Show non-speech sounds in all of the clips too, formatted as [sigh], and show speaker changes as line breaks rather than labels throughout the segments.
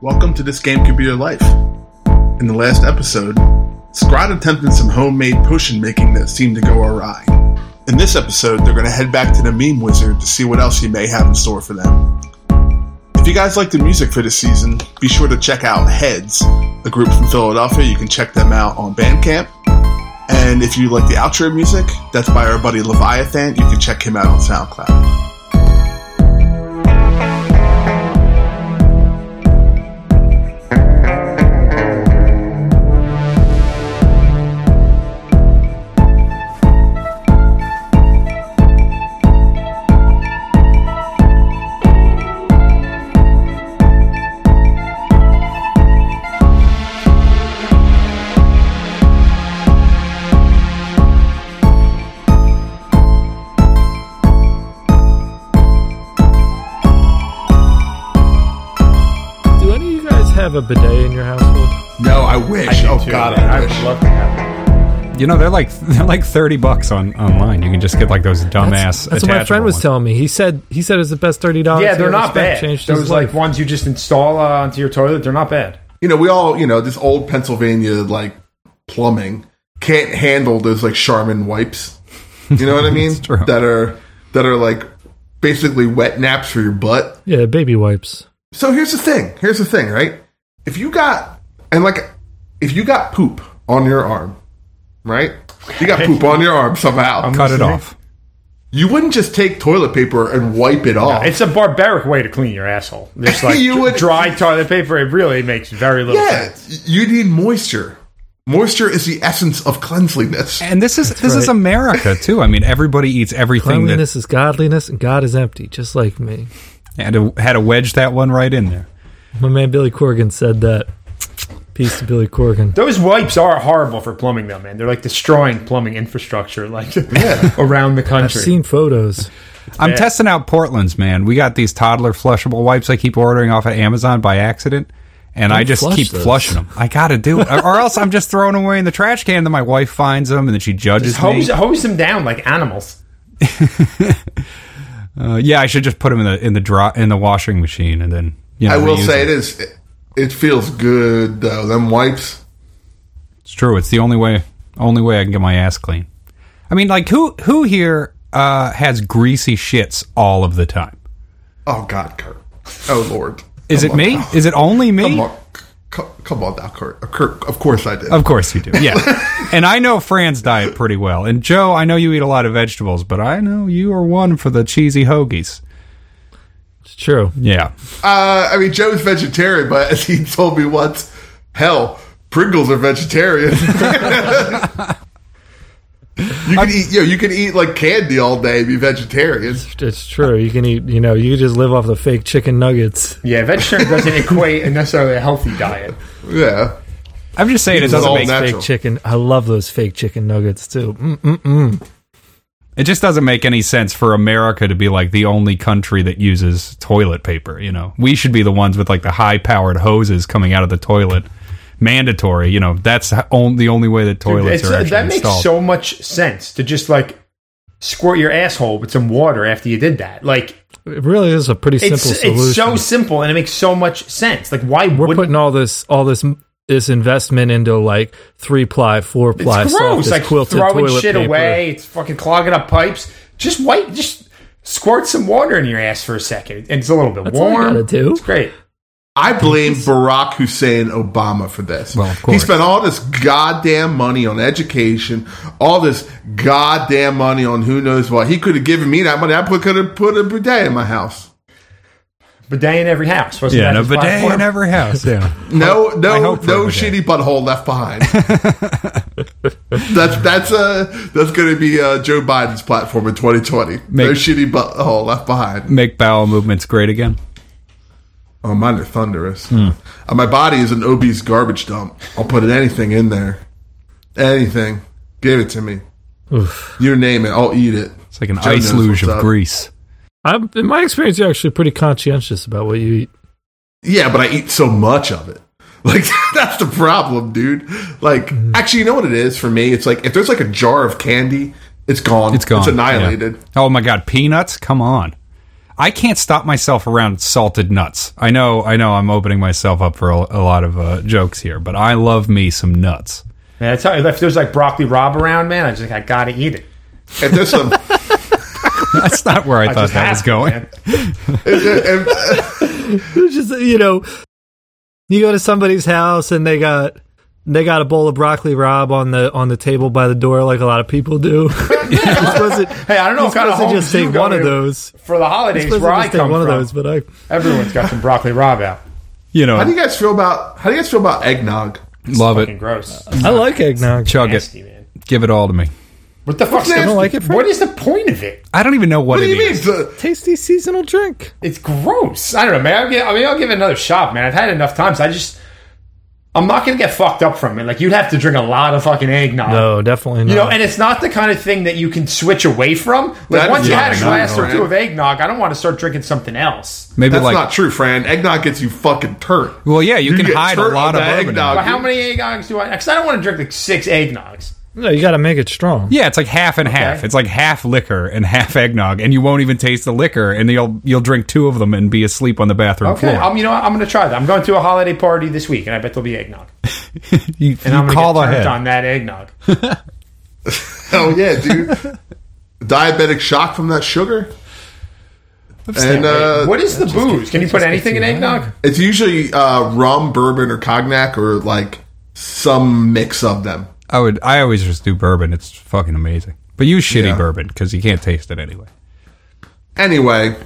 Welcome to This Game Could Be Your Life. In the last episode, Scrod attempted some homemade potion making that seemed to go awry. In this episode, they're going to head back to the meme wizard to see what else he may have in store for them. If you guys like the music for this season, be sure to check out Heads, a group from Philadelphia. You can check them out on Bandcamp. And if you like the outro music, that's by our buddy Leviathan. You can check him out on SoundCloud.
Do any of you guys have a bidet in your household?
No, I wish. oh
too.
god,
I
I
would
wish.
love to have
You know they're like [laughs] they're like thirty bucks on online. You can just get like those
That's
dumbass.
what my friend
attachable
was
ones.
telling me. He said he said it's the best thirty dollars.
Yeah, they're not bad.
Changed
Those
his
like
life.
ones you just install uh, onto your toilet, they're not bad.
you know, we all, you know, this old Pennsylvania like plumbing can't handle those like Charmin wipes. You know what I mean?
true.
That are that are like basically wet naps for your butt.
yeah, baby wipes.
So here's the thing. Here's the thing, right? If you got and like if you got poop on your arm, right? You got poop on your arm somehow.
Cut it off.
you wouldn't just take toilet paper and wipe it off.
It's a barbaric way to clean your asshole. [laughs] Just like
You would-
dry toilet paper, it really makes very little
yeah,
sense.
you need moisture. Moisture is the essence of cleanliness.
And this is this is
[laughs]
America too. I mean, everybody eats everything that
Cleanliness is godliness, and God is empty, just like me.
had to, had to wedge that one right in there.
My man Billy Corgan said that. Peace to Billy Corgan.
Those wipes are horrible for plumbing, though, man. They're like destroying plumbing infrastructure, like [laughs] around the
I've
country.
seen photos.
I'm
bad.
testing out Portland's man. We got these toddler flushable wipes I keep ordering off of Amazon by accident, and I just
flush
keep
those.
flushing them. I got to do it, or else I'm just throwing them away in the trash can. Then my wife finds them, and then she judges
Just hose,
me.
hose them down like animals.
Uh, yeah, I should just put them in the in the dry, in the washing machine, and then you know,
I will
reuse
say
them.
it is. It, it feels good though. Them wipes.
It's true. It's the only way only way I can get my ass clean. I mean, like who who here uh, has greasy shits all of the time?
Oh God, Kurt. Oh Lord.
Is
Come
it
on
me?
now.
Is it only
Come
me?
on, Co- come on now, Kurt. Uh, Kurt. Of course I did.
Of course you do.
[laughs]
Yeah. and I know Fran's diet pretty well. And Joe, I know you eat a lot of vegetables, but I know you are one for the cheesy hoagies.
It's true.
Yeah.
Uh, I mean, Joe's vegetarian, but [laughs] as he told me once, hell, Pringles are vegetarian. [laughs] you can eat. You, know, you can eat like candy all day, and be vegetarian.
It's true. You can eat. You know, you can just live off the fake chicken nuggets.
Yeah, vegetarian doesn't equate necessarily a healthy
[laughs]
diet.
Yeah.
I'm just saying it
It's
doesn't
all
make
nat- Natural.
Fake chicken. I love those fake chicken nuggets too. Mm.
it just doesn't make any sense for America to be like the only country that uses toilet paper, you know. We should be the ones with like the high powered hoses coming out of the toilet. Mandatory, you know. That's ho- on, the only way that
It's-
toilets
uh,
are actually
that makes
installed.
so much sense to just like squirt your asshole with some water after you did that. Like
It really is a pretty simple
it's
solution.
it's so simple and it makes so much sense. Like why
we're
wouldn't
putting all this all this this investment into like three ply, four
it's
ply,
gross?
softest
Like
quilted
throwing
toilet
shit
paper.
away. It's fucking clogging up pipes. Just wait. Just squirt some water in your ass for a second, and it's a little bit
That's all you
warm.
gotta do.
It's great.
I blame Barack Hussein Obama for this.
Well, of
He
course.
spent all this goddamn money on education, all this goddamn money on who knows what. He could have given me that money. I could have put a bidet in my house.
Bidet in every house. Wasn't
yeah,
that
no
his
bidet
platform?
in every house. Yeah,
No,
I
no,
hope for
no
a bidet.
shitty butthole left behind. [laughs] that's that's uh that's going to be uh, Joe Biden's platform in 2020. no
Make-
shitty butthole left behind.
make bowel movements great again.
Oh, mine are thunderous.
Hmm.
Uh, my body is an obese garbage dump. I'll put anything in there. Anything. Give it to me. You name it, I'll eat it.
It's like an
Joe
ice
knows
luge
what's
of
up.
grease.
I'm, in my experience, you're actually pretty conscientious about what you eat.
Yeah, but I eat so much of it. [laughs] Like that's the problem, dude. Like
Hmm.
actually, you know what it is for me? It's like if there's like a jar of candy, it's gone.
It's gone.
It's annihilated.
Yeah. Oh my god, peanuts! Come on. I can't stop myself around salted nuts. I know, I know, I'm opening myself up for a, a lot of uh, jokes here, but I love me some nuts.
Man, that's how, if there's like broccoli rob around, man, I just I gotta eat it.
And there's
[laughs]
some.
That's not where I,
I
thought
just
that
have to,
was going.
man.
and-
[laughs] It's just you know, you go to somebody's house and they got they got a bowl of broccoli rob on the on the table by the door, like a lot of people do. [laughs] You're supposed to-
Hey, I don't know
you're
what kind of
supposed to
homes
just
you
take
go
one of
to
those.
for the holidays
Supposed
where
to
I
just take
come
one
from.
of those, but I
Everyone's got some broccoli rob out.
You know,
how do you guys feel about how do you guys feel about eggnog?
love
Fucking
it.
gross.
I like eggnog.
Chug it.
Nasty, man.
Give it all to me.
What the fuck's
I
the,
don't
like it, Frank.
What is the point of it?
I don't even know what,
What do
it
you mean?
is.
The-
Tasty seasonal drink.
It's gross. I don't know, man. I'll give, I mean, I'll give it another shot, man. I've had it enough times. I just, I'm not gonna get fucked up from it. Like you'd have to drink a lot of fucking eggnog.
No, definitely not.
You know, and it's not the kind of thing that you can switch away from. Like
That
once
is
you
not
had a
true,
glass or
Frank.
two of eggnog, I don't want to start drinking something else.
Maybe
That's
like,
not true, Fran. Eggnog gets you fucking turnt.
well, yeah, you,
You
can
get
hide a
turnt
lot
on
of
that
bourbon. in
eggnog.
it.
But how many eggnogs do I? Because I don't want to drink like six eggnogs.
no, you got to make it strong.
Yeah, it's like half and half. It's like half liquor and half eggnog, and you won't even taste the liquor, and you'll you'll drink two of them and be asleep on the bathroom
Okay,
floor.
I'm, you know what? I'm going to try that. I'm going to a holiday party this week, and I bet there'll be eggnog.
you
And
you
I'm going
call
to get
ahead.
turned on that eggnog.
Hell yeah, dude. Diabetic shock from that sugar. And uh,
what is the booze? Can you put anything in eggnog?
it's usually uh, rum, bourbon, or cognac, or like some mix of them.
I would. I always just do bourbon. It's fucking amazing. But use shitty
Yeah.
bourbon because you can't taste it anyway.
Anyway,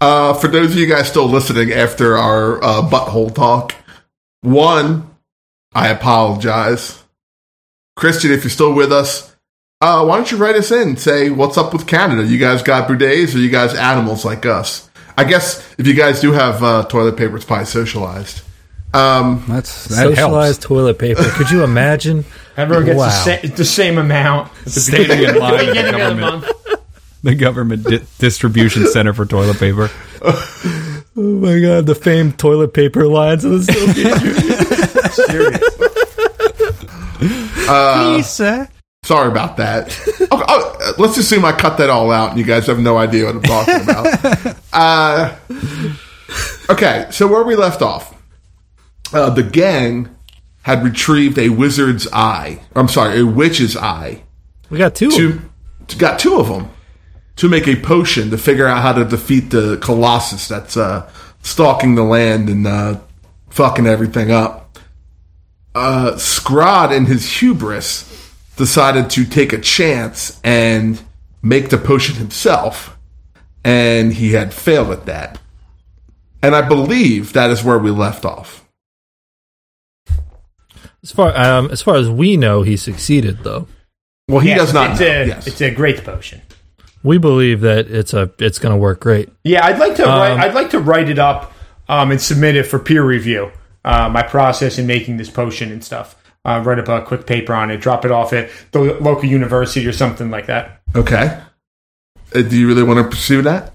uh, for those of you guys still listening after our uh, butthole talk, one, I apologize. Christian, if you're still with us, uh, why don't you write us in? Say, what's up with Canada? You guys got bidets or you guys animals like us? I guess if you guys do have uh, toilet paper, it's probably socialized. Um,
That's that
Socialized toilet paper. Could you imagine?
[laughs] Everyone gets
wow.
the, sa- the same amount.
helps. Standing in line, at the
Beginning of the
government,
month.
the government di- distribution center for toilet paper.
Oh my god, the famed toilet paper lines of the Soviet [laughs]
Serious. Uh,
Lisa.
sorry about that. [laughs] Oh, oh, uh, let's assume I cut that all out and you guys have no idea what I'm talking about. uh, okay, so where we left off, uh, the gang had retrieved a wizard's eye. I'm sorry, a witch's eye.
We got two. of them.
To, to- got two of them to make a potion to figure out how to defeat the colossus that's uh, stalking the land and uh, fucking everything up. Uh, Scrod, in his hubris, decided to take a chance and make the potion himself, and he had failed at that. And I believe that is where we left off.
As far um, as far as we know, he succeeded though.
Well, he
Yes,
does not.
It's
know.
a,
yes.
it's a great potion.
We believe that it's a it's going to work great.
Yeah, I'd like to. write, I'd like to write it up um, and submit it for peer review. Uh, my process in making this potion and stuff. Uh, write up a quick paper on it. Drop it off at the local university or something like that.
okay. Uh, do you really want to pursue that?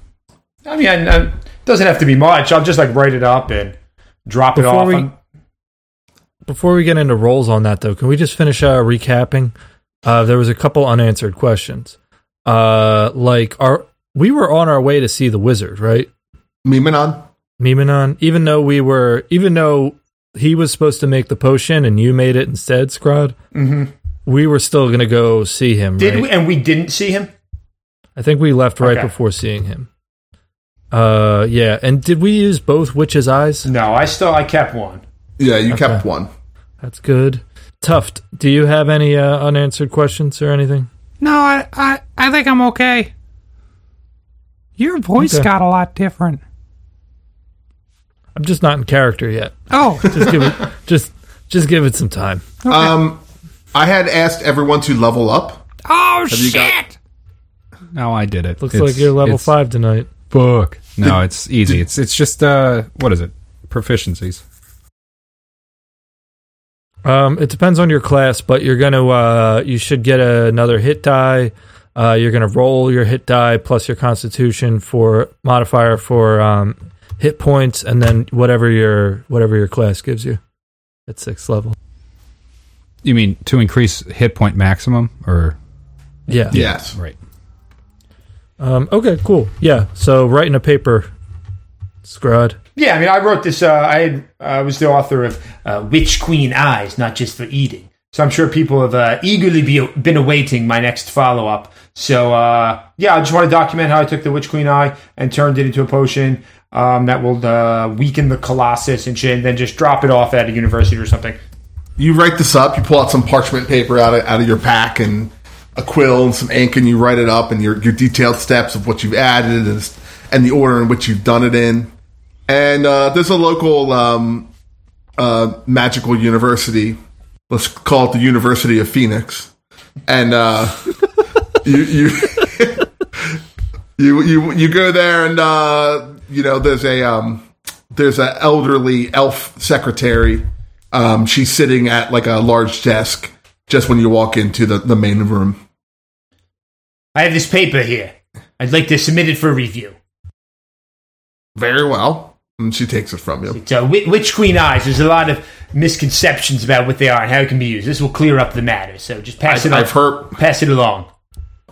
I mean, I, I- doesn't have to be much. I'll just like write it up and drop it
Before
off.
we-
on-
Before we get into roles on that though, can we just finish uh, recapping? Uh, there was a couple unanswered questions. Uh, like our we were on our way to see the wizard, right?
Mimanon.
Miminon, even though we were even though he was supposed to make the potion and you made it instead, Scrod. Mm-hmm. We were still going to go see him.
did
right?
we? And we didn't see him.
I think we left right
Okay.
before seeing him. Uh, yeah. And did we use both witches' eyes?
No, I still. I kept one.
Yeah, you kept one.
That's good. Tuft, do you have any uh, unanswered questions or anything?
No, I, I, I think I'm okay. Your voice
Okay.
got a lot different.
I'm just not in character yet.
[laughs]
Oh,
Just give it, just just give it some time.
Um, I had asked everyone to level up.
oh
you
shit!
got-
No, Oh, I did it.
Looks
It's-
like you're level
it's
five tonight.
Book.
[laughs]
No, it's easy. It's it's just uh, what is it? Proficiencies.
Um, it depends on your class, but you're gonna uh, you should get another hit die. Uh, you're gonna roll your hit die plus your Constitution for modifier for um, hit points, and then whatever your whatever your class gives you at sixth level.
You mean to increase hit point maximum or
Yeah,
Yes.
right?
Um, okay, cool. Yeah. So writing a paper, Scrod.
Yeah, I mean, I wrote this. Uh, I had, I was the author of uh, Witch Queen Eyes, not just for eating. So I'm sure people have uh, eagerly be, been awaiting my next follow up. So uh, yeah, I just want to document how I took the Witch Queen Eye and turned it into a potion um, that will uh, weaken the Colossus and shit, and then just drop it off at a university or something.
You write this up. You pull out some parchment paper out of, out of your pack and a quill and some ink, and you write it up and your your detailed steps of what you've added and and the order in which you've done it in. And uh, there's a local um, uh, magical university. Let's call it the University of Phoenix. And uh, [laughs] you you [laughs] you you you go there, and uh, you know there's a um, there's an elderly elf secretary. Um, she's sitting at like a large desk just when you walk into the, the main room.
I have this paper here. I'd like to submit it for review.
Very well. And she takes it from you.
It's uh, Wi- Witch Queen Eyes. There's a lot of misconceptions about what they are and how it can be used. This will clear up the matter. So just pass it.
I, I've
on-
heard
Pass it along.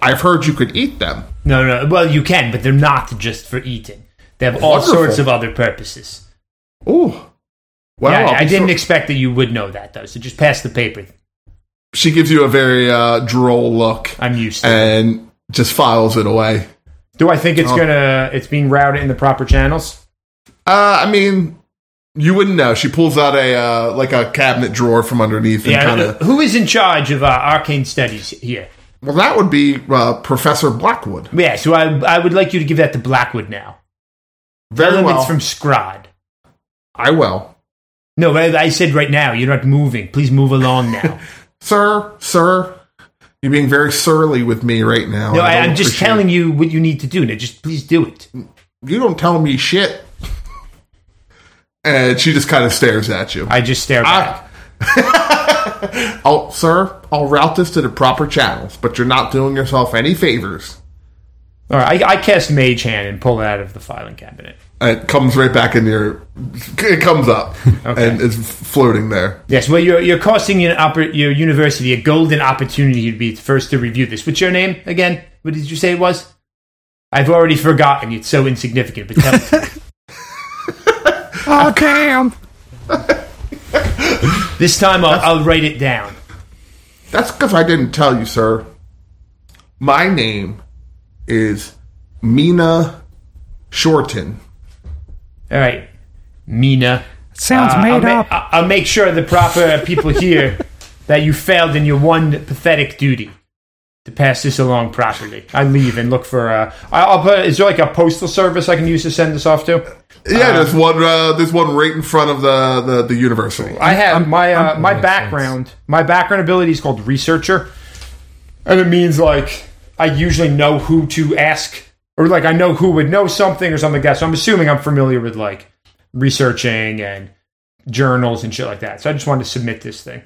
I've heard you could eat them.
No, no. Well, you can, but they're not just for eating. They have all
Wonderful.
sorts of other purposes.
Ooh. Wow.
yeah, I- I
I'm
didn't
so-
expect that you would know that though. So just pass the paper.
she gives you a very uh, droll look
I'm used to. it.
and just files it away.
Do I think it's
Uh, Oh.
gonna? It's being routed in the proper channels.
Uh, I mean, you wouldn't know. She pulls out a uh, like a cabinet drawer from underneath and
Yeah.
kind
uh,
of.
Who is in charge of uh, arcane studies here?
Well, that would be uh, Professor Blackwood.
Yeah. So I, I would like you to give that to Blackwood now.
Very
Elements
well.
from Scrod.
I will,
No, I, I said right now. You're not moving. Please move
[laughs]
along now.
sir. Sir, you're being very surly with me right now.
no, I, I'm just telling you what you need to do. Now, just please do it.
You don't tell me shit. and she just kind of stares at you.
I just stare back.
[laughs] Oh, sir, I'll route this to the proper channels, but you're not doing yourself any favors.
All right, I, I cast Mage Hand and pull it out of the filing cabinet.
It comes right back in your. It comes
[laughs]
up and it's floating there.
Yes, well, you're, you're costing your, oppor- your university a golden opportunity to be the first to review this. What's your name again? What did you say it was? I've already forgotten. It's so insignificant. But tell it to me.
Oh
[laughs]
damn!
this time I'll, I'll write it down.
That's because I didn't tell you, sir. My name is Mina Shorten.
All right, Mina.
Sounds
Uh, I'll
made
ma-
up.
I- I'll make sure the proper people hear that you failed in your one pathetic duty to pass this along properly. I leave and look for. Uh, I- I'll put. Is there like a postal service I can use to send this off to?
Yeah, there's one. Uh, there's one right in front of the the, the university.
I have my uh,
I'm-
my
Makes
background. My background ability is called researcher, and it means like I usually know who to ask, or like I know who would know something or something like that. So I'm assuming I'm familiar with like researching and journals and shit like that. So I just wanted to submit this thing.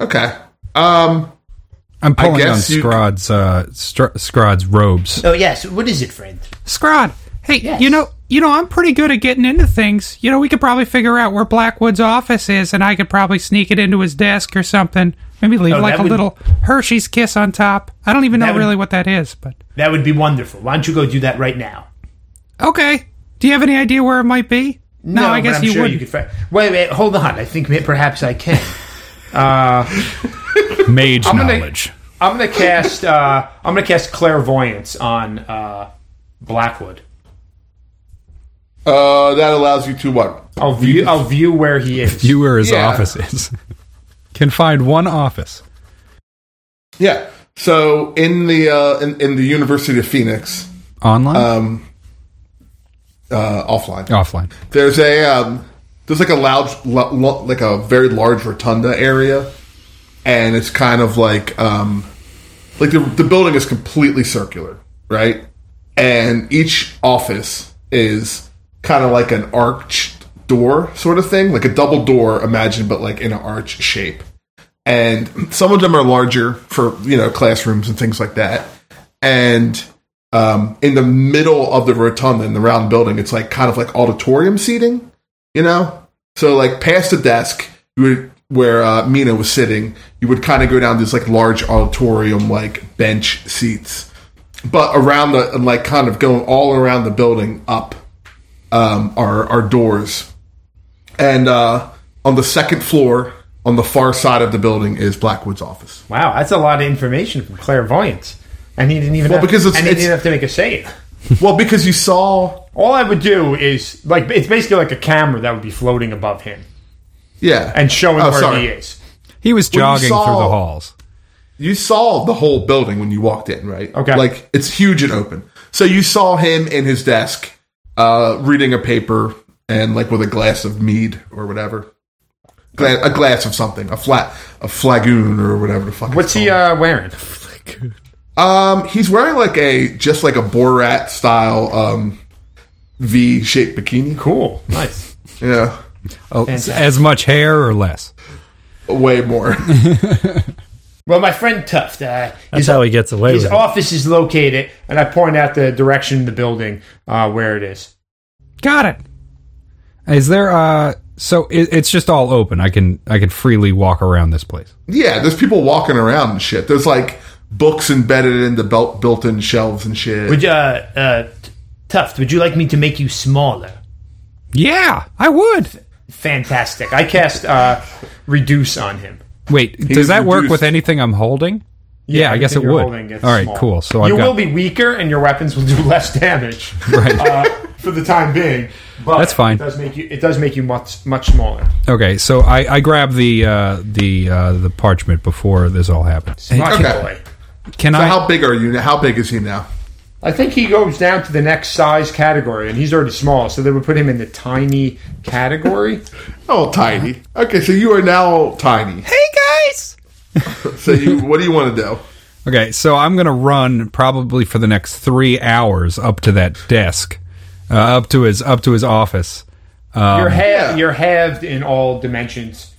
Okay. Um.
I'm
I
pulling on
guess you-
Scrod's uh, Str- Scrod's
[laughs]
robes.
Oh yes, what is it, friend?
Scrod, hey,
Yes.
you know, you know, I'm pretty good at getting into things. You know, we could probably figure out where Blackwood's office is, and I could probably sneak it into his desk or something. Maybe leave
Oh,
like
that
a
would-
little Hershey's kiss on top. I don't even know
That would-
really what that is, but
That would be wonderful. Why don't you go do that right now?
okay. Do you have any idea where it might be? No, I
but
guess
I'm
you
sure
would.
You could fi- wait, wait, hold on. I think may- perhaps I [laughs] can. Uh,
[laughs]
Mage
gonna-
knowledge.
I'm gonna cast. Uh, I'm gonna cast clairvoyance on uh, Blackwood.
Uh. That allows you to what?
I'll view. I'll view where he is.
You where his
Yeah.
office is. [laughs] Can find one office.
Yeah. So in the uh, in, in the University of Phoenix,
Online?
um, uh, offline.
Offline.
There's a um, there's like a loud lo- lo- like a very large rotunda area, and it's kind of like um, like the the building is completely circular, right? And each office is kind of like an arched door sort of thing, like a double door, imagine, but like in an arch shape. And some of them are larger for you know classrooms and things like that. And um, in the middle of the rotunda in the round building, it's like kind of like auditorium seating, you know. So like past the desk you would, where uh, Mina was sitting, you would kind of go down these like large auditorium like bench seats, but around the and like kind of going all around the building up um, our our doors, and uh, on the second floor on the far side of the building is Blackwood's
[laughs]
office.
Wow, that's a lot of information from clairvoyance. And he didn't even
Well,
have,
because it's-
and he
it's-
didn't have to make a save.
Well, because you saw,
All I would do is like it's basically like a camera that would be floating above him
yeah,
and showing
Oh,
where
sorry.
he is.
He was
Well, you
jogging
saw-
through the halls.
you saw the whole building when you walked in, right?
Okay.
Like it's huge and open. So you saw him in his desk, uh, reading a paper and like with a glass of mead or whatever, Gla- a glass of something, a flat, a flagoon or whatever the fuck.
What's
it's
he uh, wearing?
called. Um, he's wearing like a just like a Borat style um V-shaped bikini.
Cool, nice.
Yeah,
Oh, as much hair or less?
way more. [laughs]
Well, my friend Tuft, uh,
That's
his,
how he gets away
his
with it.
office is located, and I point out the direction of the building uh, where it is.
Got it.
Is there? Uh, so it, it's just all open. I can I can freely walk around this place.
yeah, there's people walking around and shit. There's like books embedded into belt built-in shelves and shit.
Would you, uh, uh, Tuft? Would you like me to make you smaller?
Yeah, I would.
Fantastic. I cast uh, reduce on him.
Wait, does
is
that work
reduced.
with anything I'm holding? Yeah, I guess
everything
it
you're
would.
holding gets
All right,
small.
cool. So I've
you
got-
will be weaker, and your weapons will do [laughs] less damage
[laughs] Right.
uh, for the time being. But
That's fine.
It does make you. It does make you much much smaller.
Okay, so I, I grab the uh, the uh, the parchment before this all happens.
Smart
Okay.
boy.
Can
So
I?
how big are you? now? How big is he now?
I think he goes down to the next size category, and he's already small, so they would put him in the tiny
[laughs]
category.
Oh, tiny. Okay, so you are now tiny.
hey guys.
[laughs] So you, what do you want to do?
Okay, so I'm gonna run probably for the next three hours up to that desk, uh, up to his up to his office. Um,
you're halved.
yeah.
You're halved in all dimensions.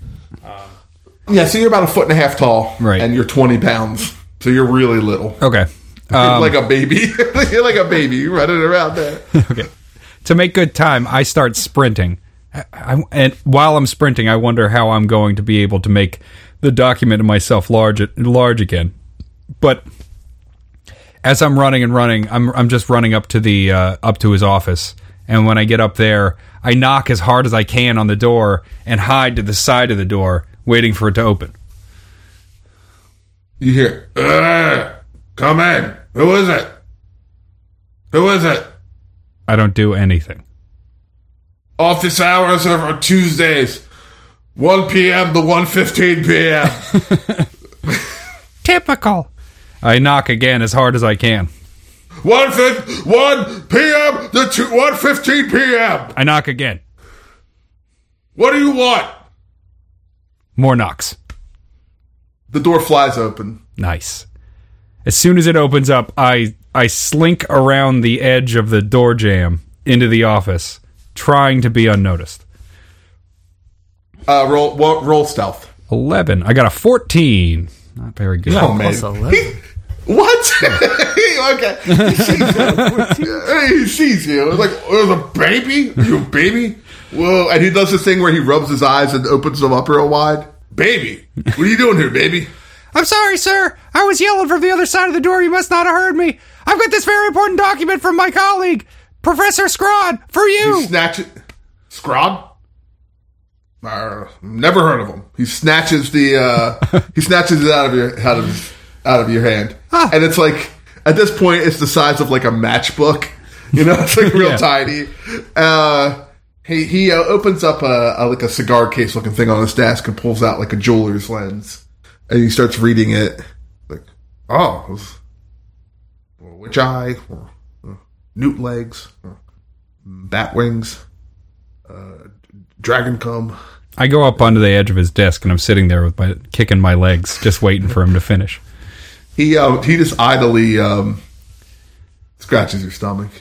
Yeah, so you're about a foot and a half tall,
Right.
And you're 20 pounds, so you're really little.
Okay,
[laughs] You're
um,
like a baby. [laughs] you're like a baby You're running around there.
[laughs] okay. To make good time, I start sprinting, I, I- and while I'm sprinting, I wonder how I'm going to be able to make the document and myself large large again. But as I'm running and running, I'm I'm just running up to the uh, up to his office, and when I get up there, I knock as hard as I can on the door and hide to the side of the door, waiting for it to open.
You hear, "Ugh, come in. Who is it? Who is it?
I don't do anything.
Office hours are on Tuesdays, 1 p.m. to 1.15 p.m.
Typical.
I knock again as hard as I can.
1, 1 p.m. to 2, 1.15 p.m.
I knock again.
What do you want?
More knocks.
The door flies open.
Nice. As soon as it opens up, I I slink around the edge of the door jamb into the office, trying to be unnoticed.
Uh, roll, roll, roll stealth.
Eleven. I got a fourteen. Not very good.
Oh, man.
Plus 11.
What? okay. [laughs] He sees you. he sees you. It's like, oh, there's a baby? You a baby? Whoa. And he does this thing where he rubs his eyes and opens them up real wide. Baby, what are you doing here, baby?
I'm sorry, sir. I was yelling from the other side of the door. You must not have heard me. I've got this very important document from my colleague, Professor Scrod, for
He
you.
snatches. Scrob? Uh, never heard of him. He snatches the uh, he snatches it out of your out of out of your hand, and it's like at this point it's the size of like a matchbook. [laughs] You know, it's like real
Yeah.
tiny. Uh, he he uh, opens up a, a like a cigar case looking thing on his desk and pulls out like a jeweler's lens, and he starts reading it. Like, oh, this- witch eye, uh, newt legs, uh, bat wings, uh, dragon cum.
I go up onto the edge of his desk and I'm sitting there with my kicking my legs, just waiting for him to finish.
He uh, he just idly um, scratches your stomach.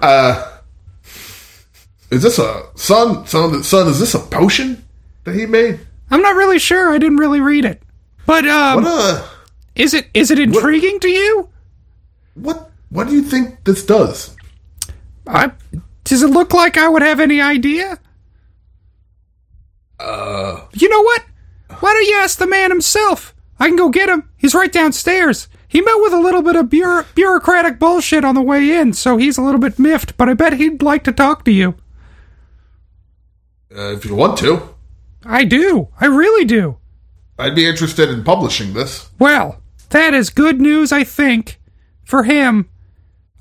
Uh, is this a son? Son, son, is this a potion that he made?
I'm not really sure. I didn't really read it. But
What
um,
uh,
is it is it intriguing to you?
what what do you think this does?
I, does it look like I would have any idea? Uh. You know what? Why don't you ask the man himself? I can go get him. He's right downstairs. He met with a little bit of bureau- bureaucratic bullshit on the way in, so he's a little bit miffed, but I bet he'd like to talk to you.
Uh, if you want to,
I do. I really do.
I'd be interested in publishing this.
Well, that is good news, I think, for him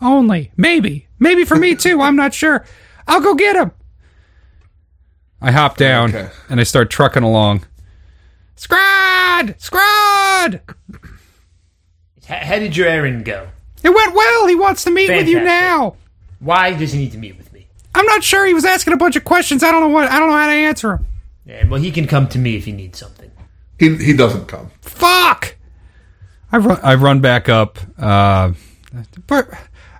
only. Maybe. Maybe for me too. I'm not sure. I'll go get him.
I hop down
Okay.
and I start trucking along.
Scrod! Scrod!
H- how did your errand go?
It went well. He wants to meet with you
Fantastic.
now.
Why does he need to meet with me?
I'm not sure. He was asking a bunch of questions. I don't know what. I don't know how to answer him.
Yeah, well, he can come to me if he needs something.
He he doesn't come.
Fuck. I run.
I run back up. Uh,
But,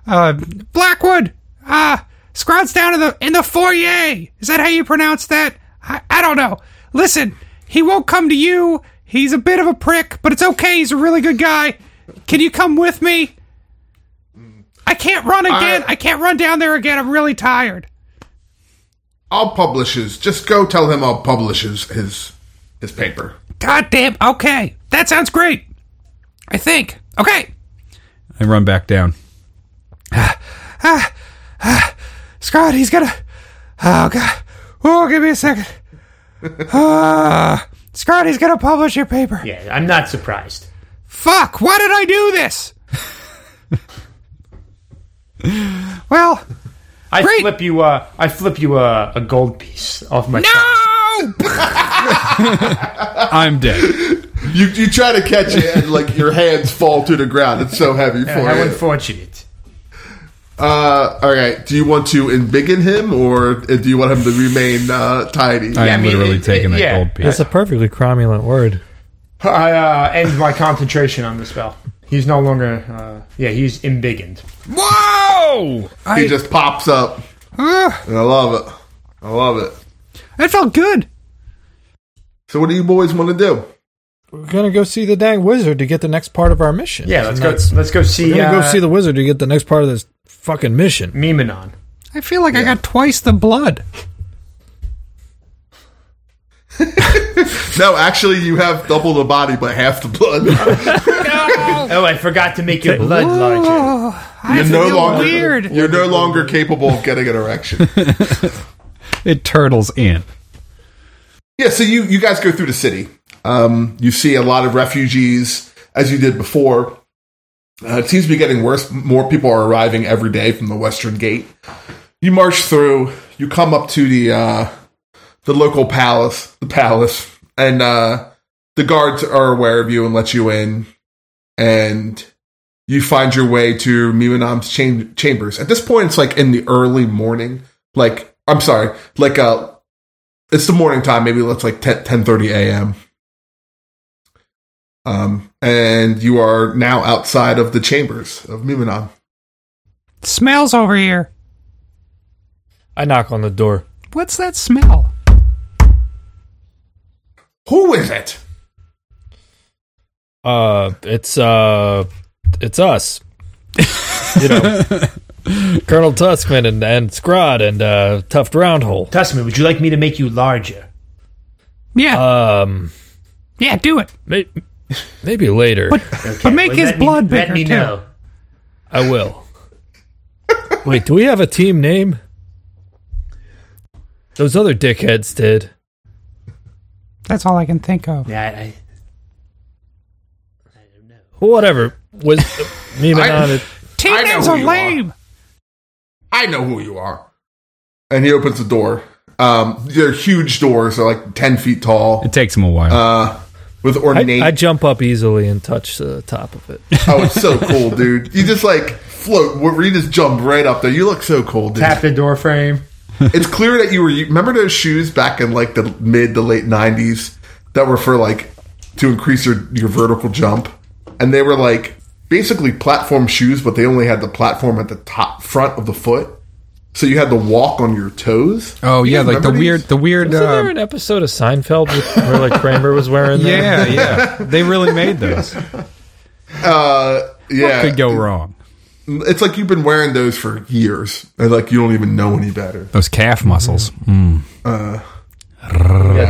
uh, Blackwood. Uh, Scrod's down in the in the foyer. Is that how you pronounce that? I, I don't know. Listen, he won't come to you. He's a bit of a prick, but it's okay. He's a really good guy. Can you come with me? I can't run again. I can't run down there again. I'm really tired.
I'll publish his. Just go tell him I'll publish his his his paper.
God damn. Okay. That sounds great. I think. Okay.
I run back down.
Scott, he's gonna. Oh god. Oh, give me a second. Ah, Scott, he's gonna publish your paper.
Yeah, I'm not surprised.
Fuck! Why did I do this? well,
I
Great.
flip you. Uh, I flip you a, a gold piece off my.
no.
I'm dead.
You you try to catch it and like your hands fall to the ground. It's so heavy for
How
you.
unfortunate.
Uh, all right. Do you want to embiggen him, or uh, do you want him to remain uh, tidy?
I am
mean,
literally
it-
taking
it-
that
yeah.
gold piece.
That's a perfectly cromulent word.
I uh, end my concentration on the spell. He's no longer. Uh, yeah, he's embiggened.
Whoa!
he just pops up.
Ugh,
And I love it. I love it.
it felt good.
So, what do you boys want to do?
We're gonna go see the dang wizard to get the next part of our mission.
Yeah, let's
And
go.
that's-
Let's go see.
We're gonna
uh,
go see the wizard to get the next part of this fucking mission.
Miminon.
I feel like I got twice the blood.
No, actually, you have double the body but half the
[laughs]
blood.
Oh, I forgot to make your blood larger.
I
You're
feel
no longer [laughs]
weird.
You're no longer capable of getting an erection.
It turtles in.
yeah. So you you guys go through the city. Um, you see a lot of refugees as you did before. Uh, it seems to be getting worse. More people are arriving every day from the Western Gate. You march through. You come up to the uh, the local palace, the palace, and uh, the guards are aware of you and let you in. And you find your way to Mimanam's cham- chambers. At this point, it's like in the early morning. Like I'm sorry, like uh, it's the morning time. Maybe it's like 10, 10.30 a.m. Um, and you are now outside of the chambers of Mimanam.
Smells over here.
I knock on the door.
What's that smell?
Who is it?
Uh, it's uh, it's us. you know, Colonel Tuskman and and Scrod and uh, Tuft Roundhole.
Tussman, would you like me to make you larger?
Yeah,
Um,
yeah, do it.
may, maybe later
But make
Well,
his
let me-
blood bigger
Let me
too.
know.
I will. Wait, do we have a team name? Those other dickheads did.
That's all I can think of.
Yeah, I, I,
Whatever. Was me and
I-
on it.
Team
I know
names
who
are
you
lame.
I know who you are. And he opens the door. Um, they're huge doors. They're like 10 feet tall
It takes him a while.
uh, with ornate.
I, I jump up easily and touch the top of it.
oh, it's so cool, dude. You just like float. You just jump right up there. You look so cool, dude.
Tap the door frame.
it's clear that you were you remember those shoes back in like the mid to late 90s that were for like to increase your your vertical jump and they were like basically platform shoes but they only had the platform at the top front of the foot so you had to walk on your toes
oh
You
yeah,
guys
like the
remember
weird,
these?
the weird.
Isn't there
Uh,
an episode of Seinfeld with, where like Kramer was wearing them?
[laughs] yeah, yeah. They
[laughs]
really made those.
uh yeah
Could go wrong.
it's like you've been wearing those for years and like you don't even know any better
Mm. Those calf muscles.
That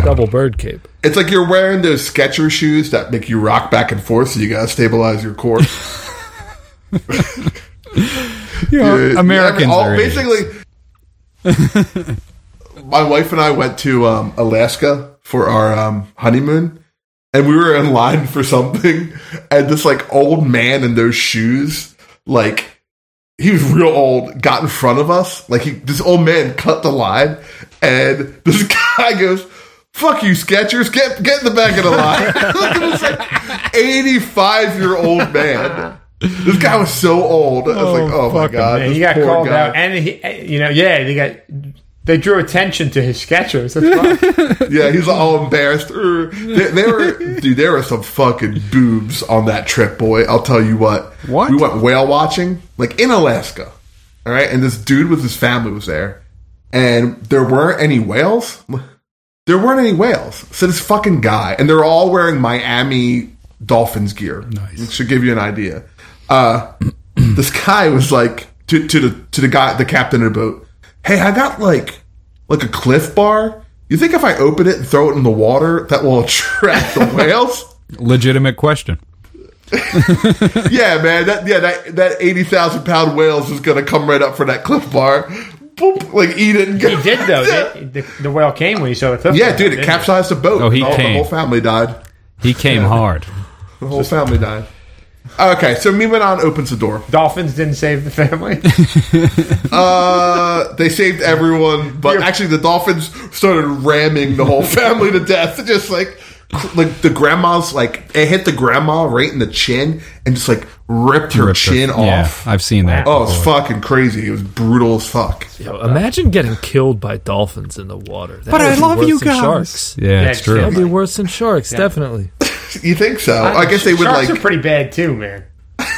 double bird cape.
It's like you're wearing those Skechers shoes that make you rock back and forth, so you gotta stabilize your core.
You know,
Yeah,
Americans
yeah, all-
are idiots.
basically.
[laughs]
my wife and I went to um, Alaska for our um, honeymoon, and we were in line for something, and this like old man in those shoes, like he was real old, got in front of us. Like he, this old man cut the line, and this [laughs] guy goes. Fuck you, Skechers! Get get in the back of the line. [laughs] Look at this like eighty-five year old man. This guy was so old. I was like, oh my god,
And
this
he got
poor
called
guy.
out, and he, eh, you know, yeah, they got they drew attention to his sketchers. That's why.
Yeah, he's all embarrassed. Er, They, they were, dude. There were some fucking boobs on that trip, boy. I'll tell you what.
What?
we went whale watching, like in Alaska. All right, and this dude with his family was there, and there weren't any whales. There weren't any whales. So this fucking guy, and they're all wearing Miami Dolphins gear. Nice. Which should give you an idea. Uh, this guy was like to, to the to the guy the captain of the boat. Hey, I got like like a cliff bar. You think if I open it and throw it in the water, that will attract
[laughs]
the whales?
legitimate question.
yeah, man. That yeah, that that eighty thousand pound whales is gonna come right up for that cliff bar. Boop, like eat it and go.
He did though. They- the, the whale came when he saw the
[laughs]
cliff.
yeah,
diving,
dude, it
didn't
capsized the boat.
Oh, he
All- The
came.
whole family died.
He came hard.
The whole family died. Okay, so Mimanon opens the door.
Dolphins didn't save the family.
Uh, they saved everyone, but actually the dolphins started ramming the whole [laughs] family to death. Just like, cr- like the grandma's like it hit the grandma right in the chin and just like ripped her
Ripped her-
chin
yeah,
off.
I've seen that.
Oh, it's
before.
fucking crazy. It was brutal as fuck.
Yo, imagine getting killed by dolphins in the water. That
But
would
I
be
love
worse
you
than
guys.
Sharks.
Yeah, it's
Yeah,
true.
yeah.
That'd be worse than sharks, definitely.
You think so? [laughs] I, guess they would
Sharks
like.
are pretty bad too, man.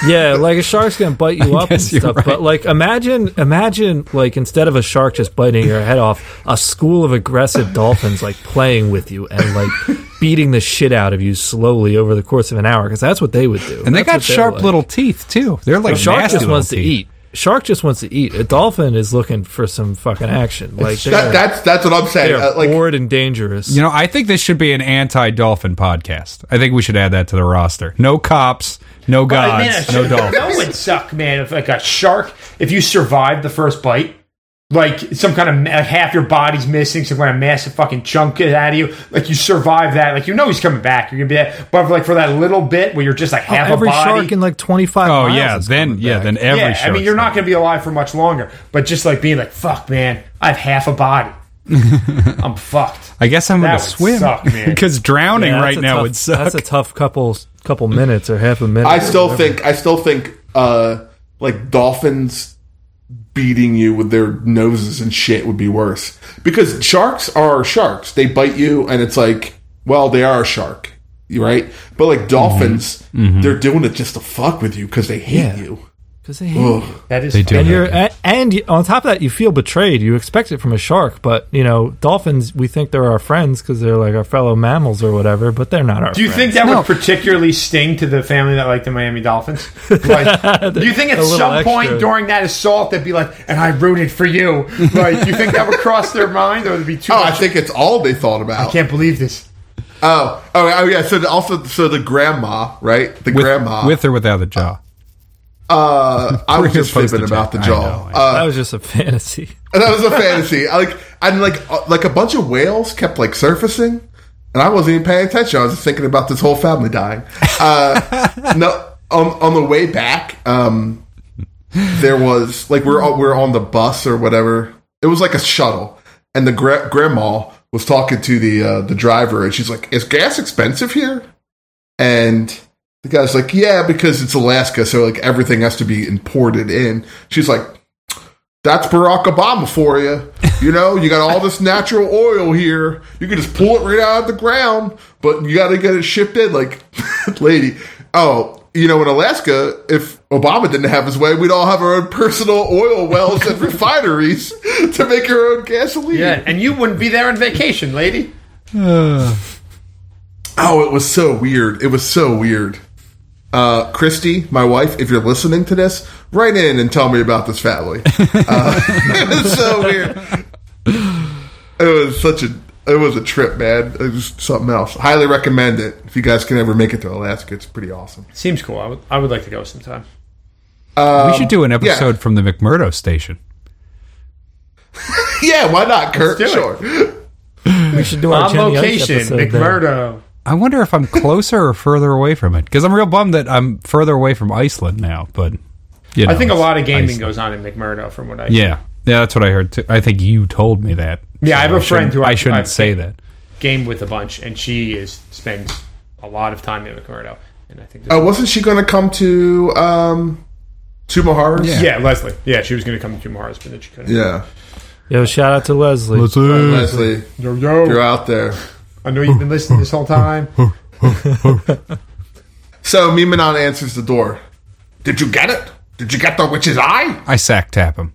Yeah, like a shark's gonna bite
[laughs]
you up and
guess you're
stuff.
right.
But like, imagine, imagine like instead of a shark just biting your head off, a school of aggressive dolphins like playing with you and
[laughs]
like beating the shit out of you slowly over the course of an hour because that's what they would do.
And they
That's
got
what they're
sharp
like.
little teeth too. They're like
A shark
nasty
just
little
wants to
teeth.
eat. Shark just wants to eat. A dolphin is looking for some fucking action. Like they're,
That, that's that's what I'm saying.
they're
Uh, like
bored and dangerous.
You know, I think this should be an anti-dolphin podcast. I think we should add that to the roster. No cops, no
Like, man,
gods,
a
no
shark- That
dolphins.
would suck, man. If like a shark, if you survived the first bite, like some kind of like half your body's missing, some kind of massive fucking chunk is out of you. Like you survive that, like you know he's coming back. You're gonna be that, but like for that little bit where you're just like
Oh,
half
every
a body.
shark in like twenty five.
Oh yeah, then yeah, then every
yeah, I
shark's
mean you're not
there.
gonna be alive for much longer. But just like being like, fuck, man, I have half
[laughs]
a body. I'm fucked.
I guess I'm
That
going to
would
swim
suck,
[laughs]
man.
because drowning
Yeah, that's
right
a
now
tough-
would suck.
That's a tough couple couple minutes or half a minute.
I
or
still
whatever.
think I still think uh like dolphins beating you with their noses and shit would be worse because sharks are sharks. They bite you and it's like, well, they are a shark, you right? But like dolphins, they're doing it just to fuck with you because they hate
Mm-hmm. Yeah.
you.
because they hate
Ugh.
That is
They do.
and
Yeah.
you're a- and you- on top of that you feel betrayed you expect it from a shark but you know dolphins we think they're our friends because they're like our fellow mammals or whatever but they're not our
Do you think that would particularly sting to the family that liked the Miami Dolphins?
[laughs]
Like, do you think at
A little
some point
extra.
during that assault they'd be like, "And I rooted for you"? Like, do you think that would cross their mind, or would be too?
Oh, I
much,
think it's all they thought about.
I can't believe this.
Oh, oh, oh, yeah. So the, also, so the grandma, right? The
with,
grandma.
with or without
[sighs]
a jaw.
uh, I was just
supposed
flipping
to
about the
check. I know,
jaw.
I know.
Uh,
that was just a [laughs] fantasy
And that was a fantasy. I like and like uh, like a bunch of whales kept like surfacing, and I wasn't even paying attention. I was just thinking about this whole family dying. Uh, no, on on the way back, um, there was like we're on- we're on the bus or whatever. It was like a shuttle, and the gra- grandma was talking to the uh, the driver, and she's like, "Is gas expensive here?" And the guy's like, "Yeah, because it's Alaska, so like everything has to be imported in." She's like, that's Barack Obama for you. You know, you got all this natural oil here. You can just pull it right out of the ground, but you got to get it shipped in. Like, [laughs] lady, oh, you know, in Alaska, if Obama didn't have his way, we'd all have our own personal oil wells and refineries to make our own gasoline.
Yeah, and you wouldn't be there on vacation, lady.
Oh, it was so weird. It was so weird. Uh, Christy, my wife, if you're listening to this, write in and tell me about this [laughs]
[laughs]
family. Uh, it was so weird. It was such a it was a trip, man. It was something else. Highly recommend it if you guys can ever make it to Alaska. It's pretty awesome. [laughs]
Seems cool. I would, I would like to go sometime.
we
Um,
should do an episode from the McMurdo station.
Yeah, why not, Kurt?
do it.
Sure.
We should do our
On
Jenny Ice
location,
episode there.
McMurdo.
I wonder if I'm closer or further away from it because I'm real bummed that I'm further away from Iceland now. But you know,
I think a
it's
lot of gaming
Iceland.
goes on in McMurdo, from what I
Yeah, yeah, that's what I heard. Too. I think you told me that.
Yeah, I have a friend
shouldn't-
who I-
I shouldn't
I've-
say that.
game with a bunch, and she is spends a lot of time in McMurdo. And I think this
Uh, wasn't she going to come to um, to Mahara's?
yeah, Leslie. Yeah, she was going to come to Mars, but then she couldn't.
Yeah.
Yo, shout out to Leslie.
Leslie,
Yo, yo.
you're out there.
I know you've been listening this whole time.
So Miminon answers the door. Did you get it? Did you get the witch's eye? Oh!
I sack tap him.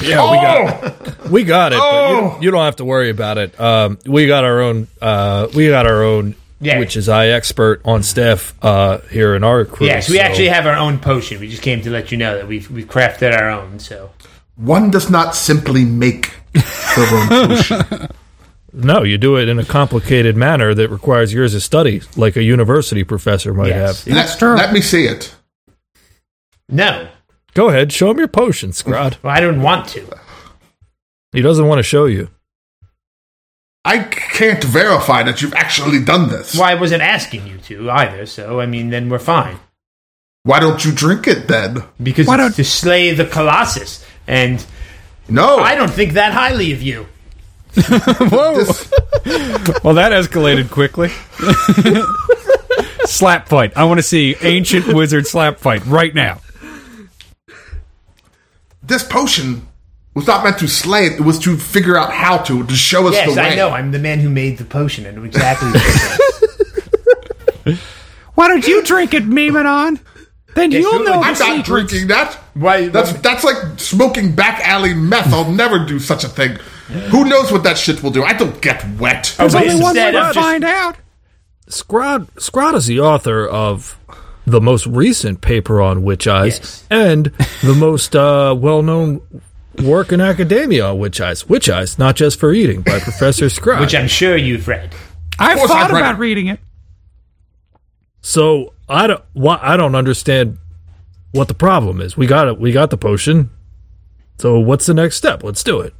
Yeah, we got we got it.
Oh!
But you, you don't have to worry about it. Um, we got our own. Uh, we got our own.
Yeah.
Which is I expert on staff uh, here in our crew.
yes, we
so-
actually have our own potion. We just came to let you know that we've we've crafted our own. So
One does not simply make their own
[laughs]
potion.
no. You do it in a complicated manner that requires years of study, like a university professor might
yes,
have.
That's
true.
Let me see it.
no,
Go ahead, show him your potion, Scrod.
well, I don't want to.
he doesn't want to show you.
I can't verify that you've actually done this.
Well, I wasn't asking you to either. So I mean, then we're fine
Why don't you drink it then?
because
Why
it's
don't-
to slay the colossus, and
No.
I don't think that highly of you.
This-
Well, that escalated quickly. slap fight. I want to see [laughs] ancient wizard slap fight right now.
this potion was not meant to slay it. It was to figure out how to to show us
Yes,
the way.
I know. I'm the man who made the potion. I know exactly. what it is.
Why don't you drink it, Memenon? Then you'll
you-
know.
I'm not
the secrets.
drinking that.
Why-
That's that's like smoking back alley meth. I'll never do such a thing. Who knows what that shit will do? I don't get wet.
There's
But
only one way
instead
to
of just-
find out.
Scrod Scrod is the author of the most recent paper on witch eyes
Yes.
and the most uh, well-known work in academia on witch eyes. Witch eyes, not just for eating, by Professor Scrod.
which I'm sure you've read.
I've
course
thought
I've read
about
it.
reading it.
so I don't. Why, I don't understand what the problem is. We got it. We got the potion. So what's the next step? Let's do it.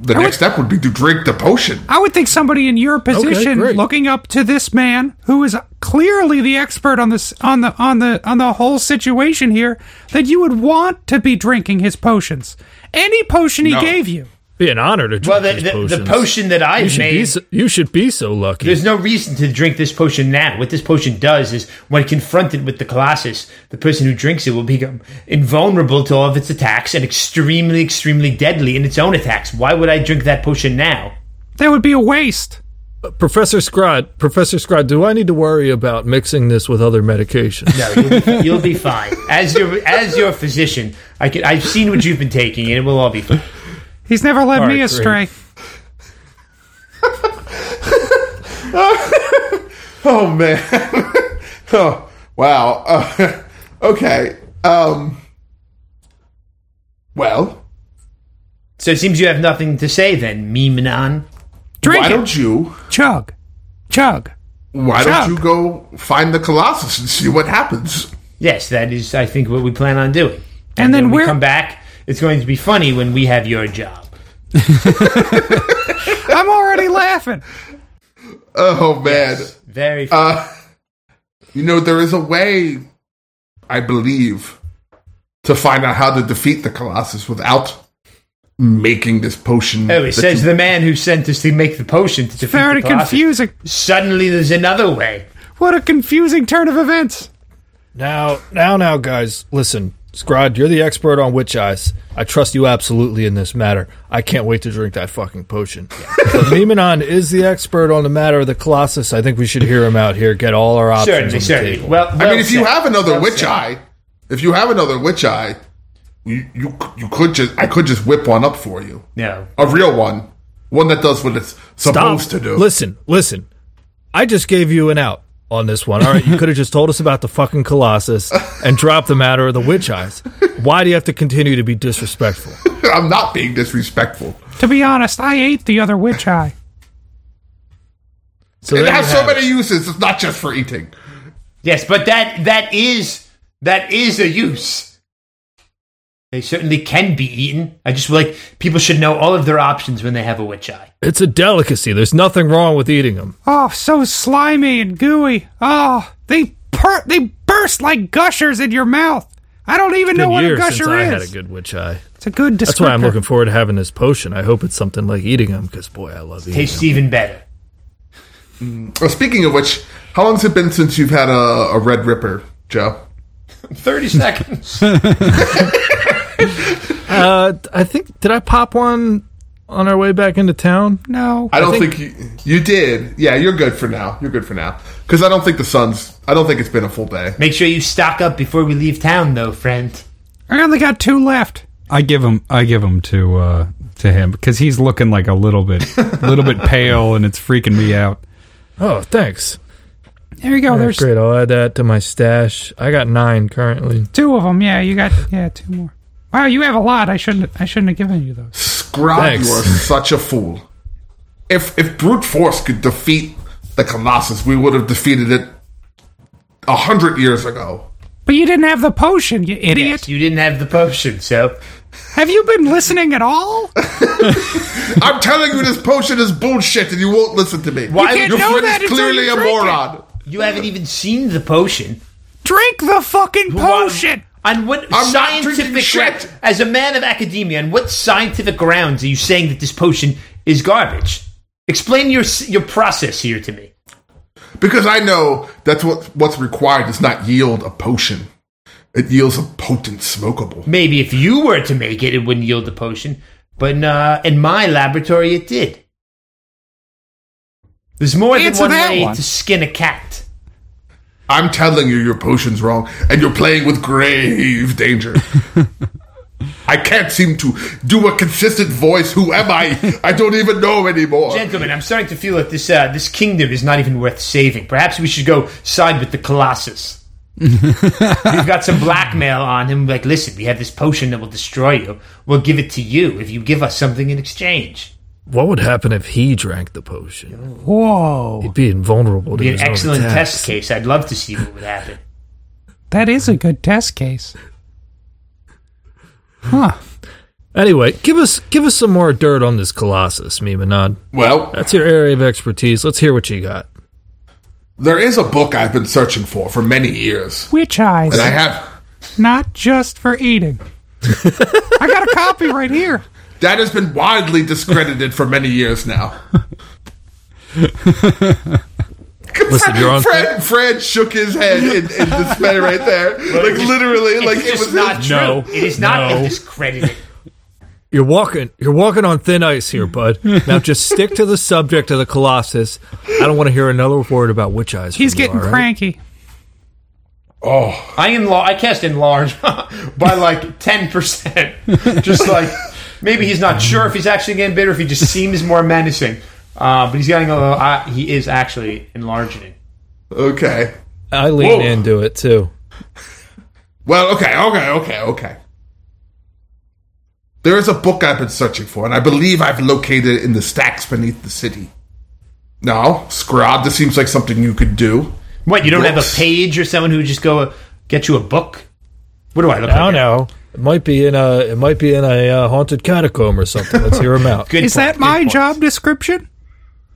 The next step would be to drink the potion.
I would think somebody in your position,
great.
looking up to this man who is clearly the expert on this on the on the on the whole situation here, that you would want to be drinking his potions. Any potion he gave you.
Be an honor to drink
Well, the,
these
the, the
potions.
potion that
You
I've
should, be
made,
so, you should be so lucky.
there's no reason to drink this potion now. What this potion does is, when confronted with the Colossus, the person who drinks it will become invulnerable to all of its attacks and extremely, extremely deadly in its own attacks. Why would I drink that potion now?
That would be a waste.
Professor Scrod, Professor Scrod, do I need to worry about mixing this with other medications?
No, you'll, you'll be fine. As your as your physician, I can, I've seen what you've been taking, and it will all be fine.
He's never led
All right,
me astray.
Oh man. [laughs] oh wow. Uh, [laughs] okay. Um. Well,
So it seems you have nothing to say then, Miminon.
Drink
why
it.
don't you?
Chug. Chug.
Why
Chug.
don't you go find the Colossus and see what happens?
Yes, that is, I think, what we plan on doing.
And, then,
when we
we're
come back, it's going to be funny when we have your job.
I'm already laughing.
Oh man.
Very
Uh,
funny.
You know there is a way, I believe, to find out how to defeat the Colossus without making this potion.
oh, it
that
says
you-
the man who sent us to make the potion to defeat
Very
the Colossus.
confusing.
Suddenly, there's another way.
What a confusing turn of events.
Now, now, now, guys, listen, Scrod, you're the expert on witch eyes. I trust you absolutely in this matter. I can't wait to drink that fucking potion. but Miminon is the expert on the matter of the Colossus. I think we should hear him out here. Get all our options. on
Certainly,
the
certainly.
table.
Well,
I
well
mean, if you
said.
have another
Well
witch
said.
eye, if you have another witch eye, you, you you could just I could just whip one up for you,
no,
a real one, one that does what it's
Stop.
supposed to do.
Listen, listen. I just gave you an out on this one. All right, you could have just told us about the fucking Colossus and dropped the matter of the witch eyes. Why do you have to continue to be disrespectful?
[laughs] I'm not being disrespectful.
To be honest, I ate the other witch eye.
So
it
there you
has so
have it.
many uses. It's not just for eating.
Yes, but that that is that is a use. They certainly can be eaten. I just feel like people should know all of their options when they have a witch eye.
It's a delicacy. There's nothing wrong with eating them.
Oh, so slimy and gooey. Oh, they per- they burst like gushers in your mouth. I don't even know what a
years
gusher
since I
is.
had a good witch eye.
it's a good descriptor.
That's why I'm looking forward to having this potion. I hope it's something like eating them because boy, I love eating
Tastes
them.
even better.
Well, speaking of which, how long's it been since you've had a, a red ripper, Joe?
[laughs]
Thirty seconds.
Uh, I think did I pop one on our way back into town?
No.
I don't think, you, you did. Yeah, you're good for now. You're good for now because I don't think the sun's. I don't think it's been a full day.
Make sure you stock up before we leave town, though, friend.
I only got two left.
I give him I give him to uh, to him because he's looking like a little bit little bit pale and it's freaking me out.
Oh, thanks.
There you go. There's
That's great. I'll add that to my stash. I got nine currently.
two of them. Yeah, you got yeah two more. Wow, you have a lot. I shouldn't I shouldn't have given you those.
Scrob, you
Thanks.
are such a fool. If if brute force could defeat the Colossus, we would have defeated it a hundred years ago.
But you didn't have the potion, you idiot.
Yes, you didn't have the potion, so
Have you been listening at all?
I'm telling you, this potion is bullshit, and you won't listen to me.
Why- You can't
Your
know
friend
that
is
until
clearly
you
a
drink it.
moron.
you haven't even seen the potion.
Drink the fucking potion.
On what
not drinking
scientific
shit.
ground, as a man of academia, on what scientific grounds are you saying that this potion is garbage? Explain your s- your process here to me.
Because I know that's what what's required does not yield a potion. It yields a potent smokable.
Maybe if you were to make it, it wouldn't yield the potion, but uh, in my laboratory, it did. There's more than
Answer
one
that
way
one.
to skin a cat.
I'm telling you, your potion's wrong, and you're playing with grave
[laughs]
danger. I can't seem to do a consistent voice. Who am I? I don't even know anymore.
Gentlemen, I'm starting to feel that this uh, this kingdom is not even worth saving. Perhaps we should go side with
[laughs]
the Colossus. We've got some blackmail on him. Like, listen, we have this potion that will destroy you. We'll give it to you if you give us something in exchange.
What would happen if he drank the potion?
Whoa,
He'd be invulnerable to
Oh. Be an
his own
excellent
attacks.
test case. I'd love to see what would happen.
that is a good test case. Huh.
Anyway, give us give us some more dirt on this colossus, Mimanad.
Well,
That's your area of expertise. Let's hear what you got.
there is a book I've been searching for for many years,
Witch eyes,
and I have.
not just for eating. I got a copy right here.
That has been widely discredited for many years now.
[laughs] Listen, you're on-
Fred, Fred shook his head in, in despair right there. Like, literally, like,
[laughs]
It's
it
just
was
not true.
No.
It is not
No.
discredited.
You're walking you're walking on thin ice [laughs] here, bud. Now just stick to the subject of the colossus. I don't want to hear another word about witch eyes.
He's
from you,
getting
all right?
cranky.
Oh,
I enlar- I cast enlarge [laughs] by like ten percent. Just like maybe he's not sure if he's actually getting bigger, if he just seems more menacing. Uh, but he's getting a little. Uh, he is actually enlarging.
okay.
I lean
Whoa.
into it too.
Well, okay, okay, okay, okay. There is a book I've been searching for, and I believe I've located it in the stacks beneath the city. Now, Scrod, this seems like something you could do.
What you don't
Books.
have a page or someone who would just go uh, get you a book? What do I look
I don't
like?
know. It might be in a it might be in a uh, haunted catacomb or something. Let's hear him out.
Good
Is
point,
that
good
my
point.
job description?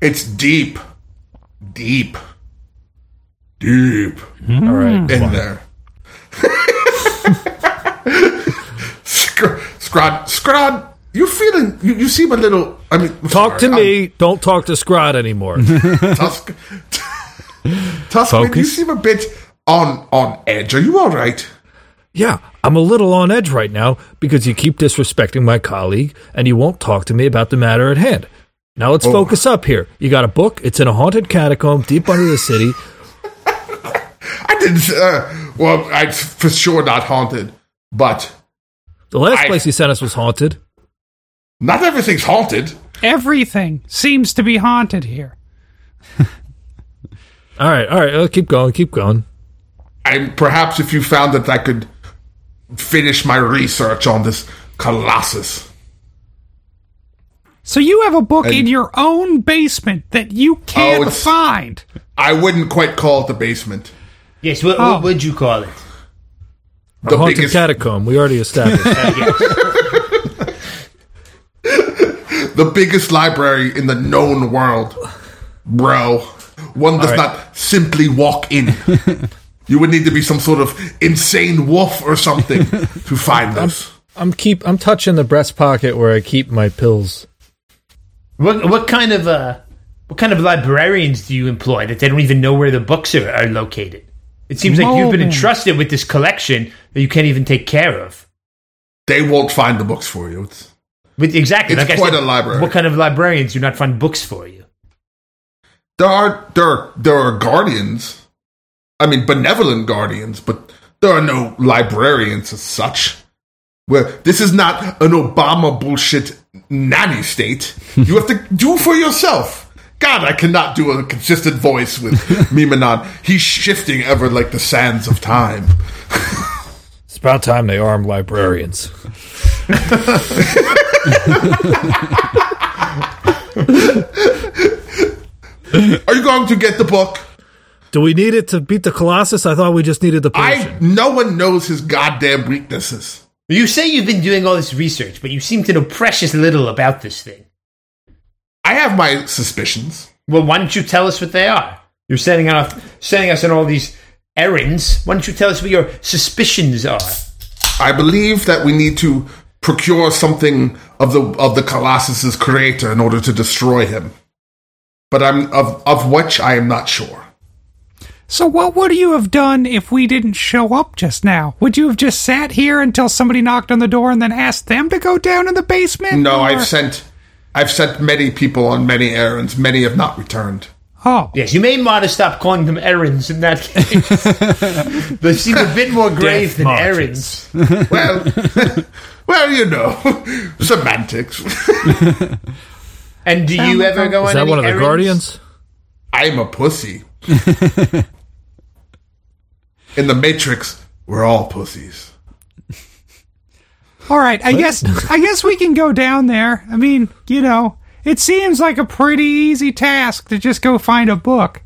It's deep, deep, deep
[laughs] All right.
Hmm.
in there. [laughs] Scr- Scrod, Scrod, you feeling? You, you seem a little. I mean, I'm
Talk to
sorry, I'm-
me. Don't talk to Scrod
[laughs]
anymore.
Tusk. Tusk, man, you
Focus.
seem a bit on on edge. Are you all right?
yeah, I'm a little on edge right now because you keep disrespecting my colleague and you won't talk to me about the matter at hand. Now let's
Oh.
focus up here. You got a book. It's in a haunted catacomb deep under the city.
I didn't. Uh, well, I it's for sure not haunted, but
The last
I-
place you sent us was haunted.
not everything's haunted.
Everything seems to be haunted here.
All right, all right. uh, keep going. Keep going.
And perhaps if you found that I could finish my research on this colossus,
So you have a book in your own basement that you can't
it's-
find.
I wouldn't quite call it the basement.
Yes, what,
Oh.
what would you call it?
The
haunted
biggest,
catacomb. We already established.
[laughs]
Uh,
[laughs]
the biggest library in the known world, bro. One does not simply walk in. you would need to be some sort of insane wolf or something to find those.
I'm keep. I'm touching the breast pocket where I keep my pills.
What, what kind of uh, what kind of librarians do you employ that they don't even know where the books are, are located? It seems like you've been
Morgan.
entrusted with this collection that you can't even take care of.
They won't find the books for you. It's,
With exactly,
It's
like I
quite
said,
a library.
What kind of librarians do not find books for you?
there are there are, there are guardians. I mean, benevolent guardians, but there are no librarians as such. Where this is not an Obama bullshit nanny state. You have to do for yourself. God, I cannot do a consistent voice with Mimanon. He's shifting ever like the sands of time.
It's about time they arm librarians.
Are you going to get the book?
Do we need it to beat the Colossus? I thought we just needed the
I.
potion.
No one knows his goddamn weaknesses.
You say you've been doing all this research, but you seem to know precious little about this thing.
I have my suspicions.
Well, why don't you tell us what they are? You're sending out, sending us on all these errands. Why don't you tell us what your suspicions are?
I believe that we need to procure something of the of the Colossus's creator in order to destroy him. But I'm of of which I am not sure.
So what would you have done if we didn't show up just now? Would you have just sat here until somebody knocked on the door and then asked them to go down in the basement?
No,
Or-
I've sent I've sent many people on many errands. Many have not returned.
Oh,
Yes, you may want to stop calling them errands in that case.
[laughs]
they seem a bit more grave
Death
than
marches.
errands.
Well, [laughs] well, you know, [laughs] semantics. [laughs]
And do you ever go on
Is that
any
one of the
errands?
guardians?
I'm a pussy. In the Matrix, we're all pussies.
all right. I guess I guess we can go down there. I mean, you know, it seems like a pretty easy task to just go find a book.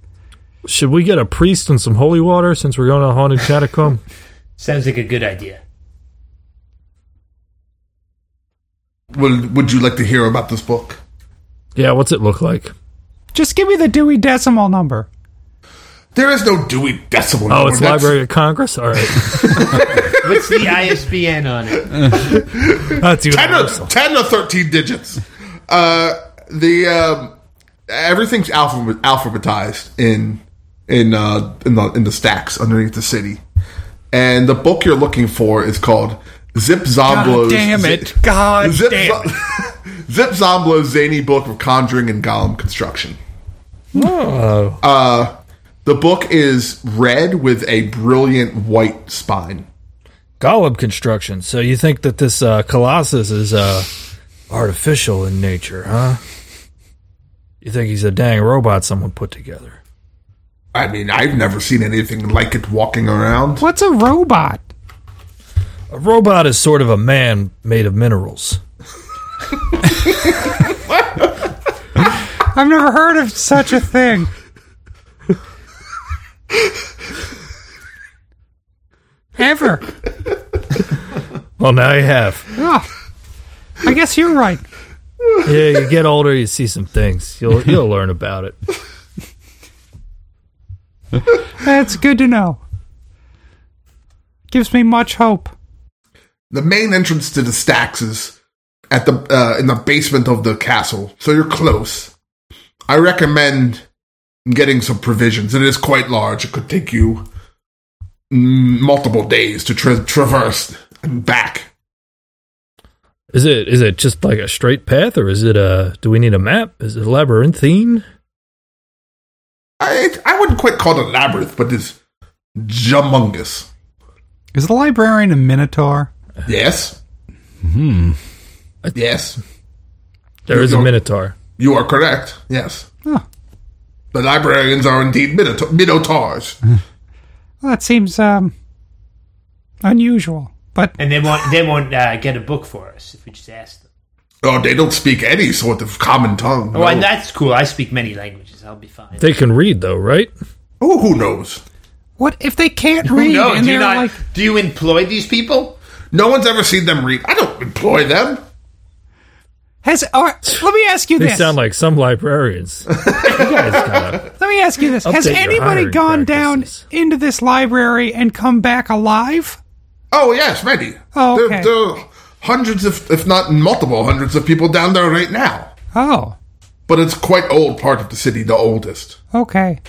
Should we get a priest and some holy water since we're going to a haunted
[laughs]
catacomb?
Sounds like a good idea.
Would Would you like to hear about this book?
yeah, what's it look like?
Just give me the Dewey Decimal number.
There is no Dewey Decimal.
Oh,
Number.
it's
That's-
Library of Congress. All
[laughs]
right,
What's the ISBN on it?
that's
ten or,
universal.
10 or 13 digits. Uh, the um, everything's alphabet, alphabetized in in uh, in the in the stacks underneath the city, and the book you're looking for is called Zip Zomblo's.
damn it. [laughs] God
Zip,
damn
Zo- [laughs] Zip Zomblo's zany book of conjuring and golem construction. Uh,
Oh,
The book is red with a brilliant white spine.
golem construction. So you think that this uh, Colossus is uh, artificial in nature, huh? You think he's a dang robot someone put together?
I mean, I've never seen anything like it walking around.
What's a robot?
A robot is sort of a man made of minerals.
I've never heard of such a thing. Ever.
Well, now you have.
Oh, I guess you're right.
[laughs] yeah, you get older, you see some things. [laughs] You'll you'll learn about it.
That's good to know. Gives me much hope.
the main entrance to the stacks is at the uh, in the basement of the castle, so you're close. I recommend getting some provisions. It is quite large. It could take you mm, multiple days to tra- traverse and back.
Is it is it just like a straight path, or is it a? Do we need a map? Is it labyrinthine?
I I wouldn't quite call it a labyrinth, but it's humongous.
Is the librarian a minotaur?
Yes. Hmm. Yes,
There is a minotaur.
you are correct. Yes,
Huh.
the librarians are indeed minota- minotaurs.
Well, that seems um unusual. But
And they won't, they won't uh, get a book for us if we just ask them.
Oh, they don't speak any sort of common tongue.
Oh, and that's cool. I speak many languages. I'll be fine.
They can read though, right?
oh, who knows?
What if they can't read?
No,
and
do you
they're
not?
like,
do you employ these people?
No one's ever seen them read. I don't employ them.
has or, let me ask you
They
this.
sound like some [laughs] librarians. you guys gotta
let me ask you this. Has
Update your
anybody
hiring
gone
practices.
down into this library and come back alive?
Oh, yes, many.
Oh,
There-
okay.
there, are hundreds of, if not multiple hundreds of people down there right now.
Oh,
But it's quite old part of the city, the oldest.
okay.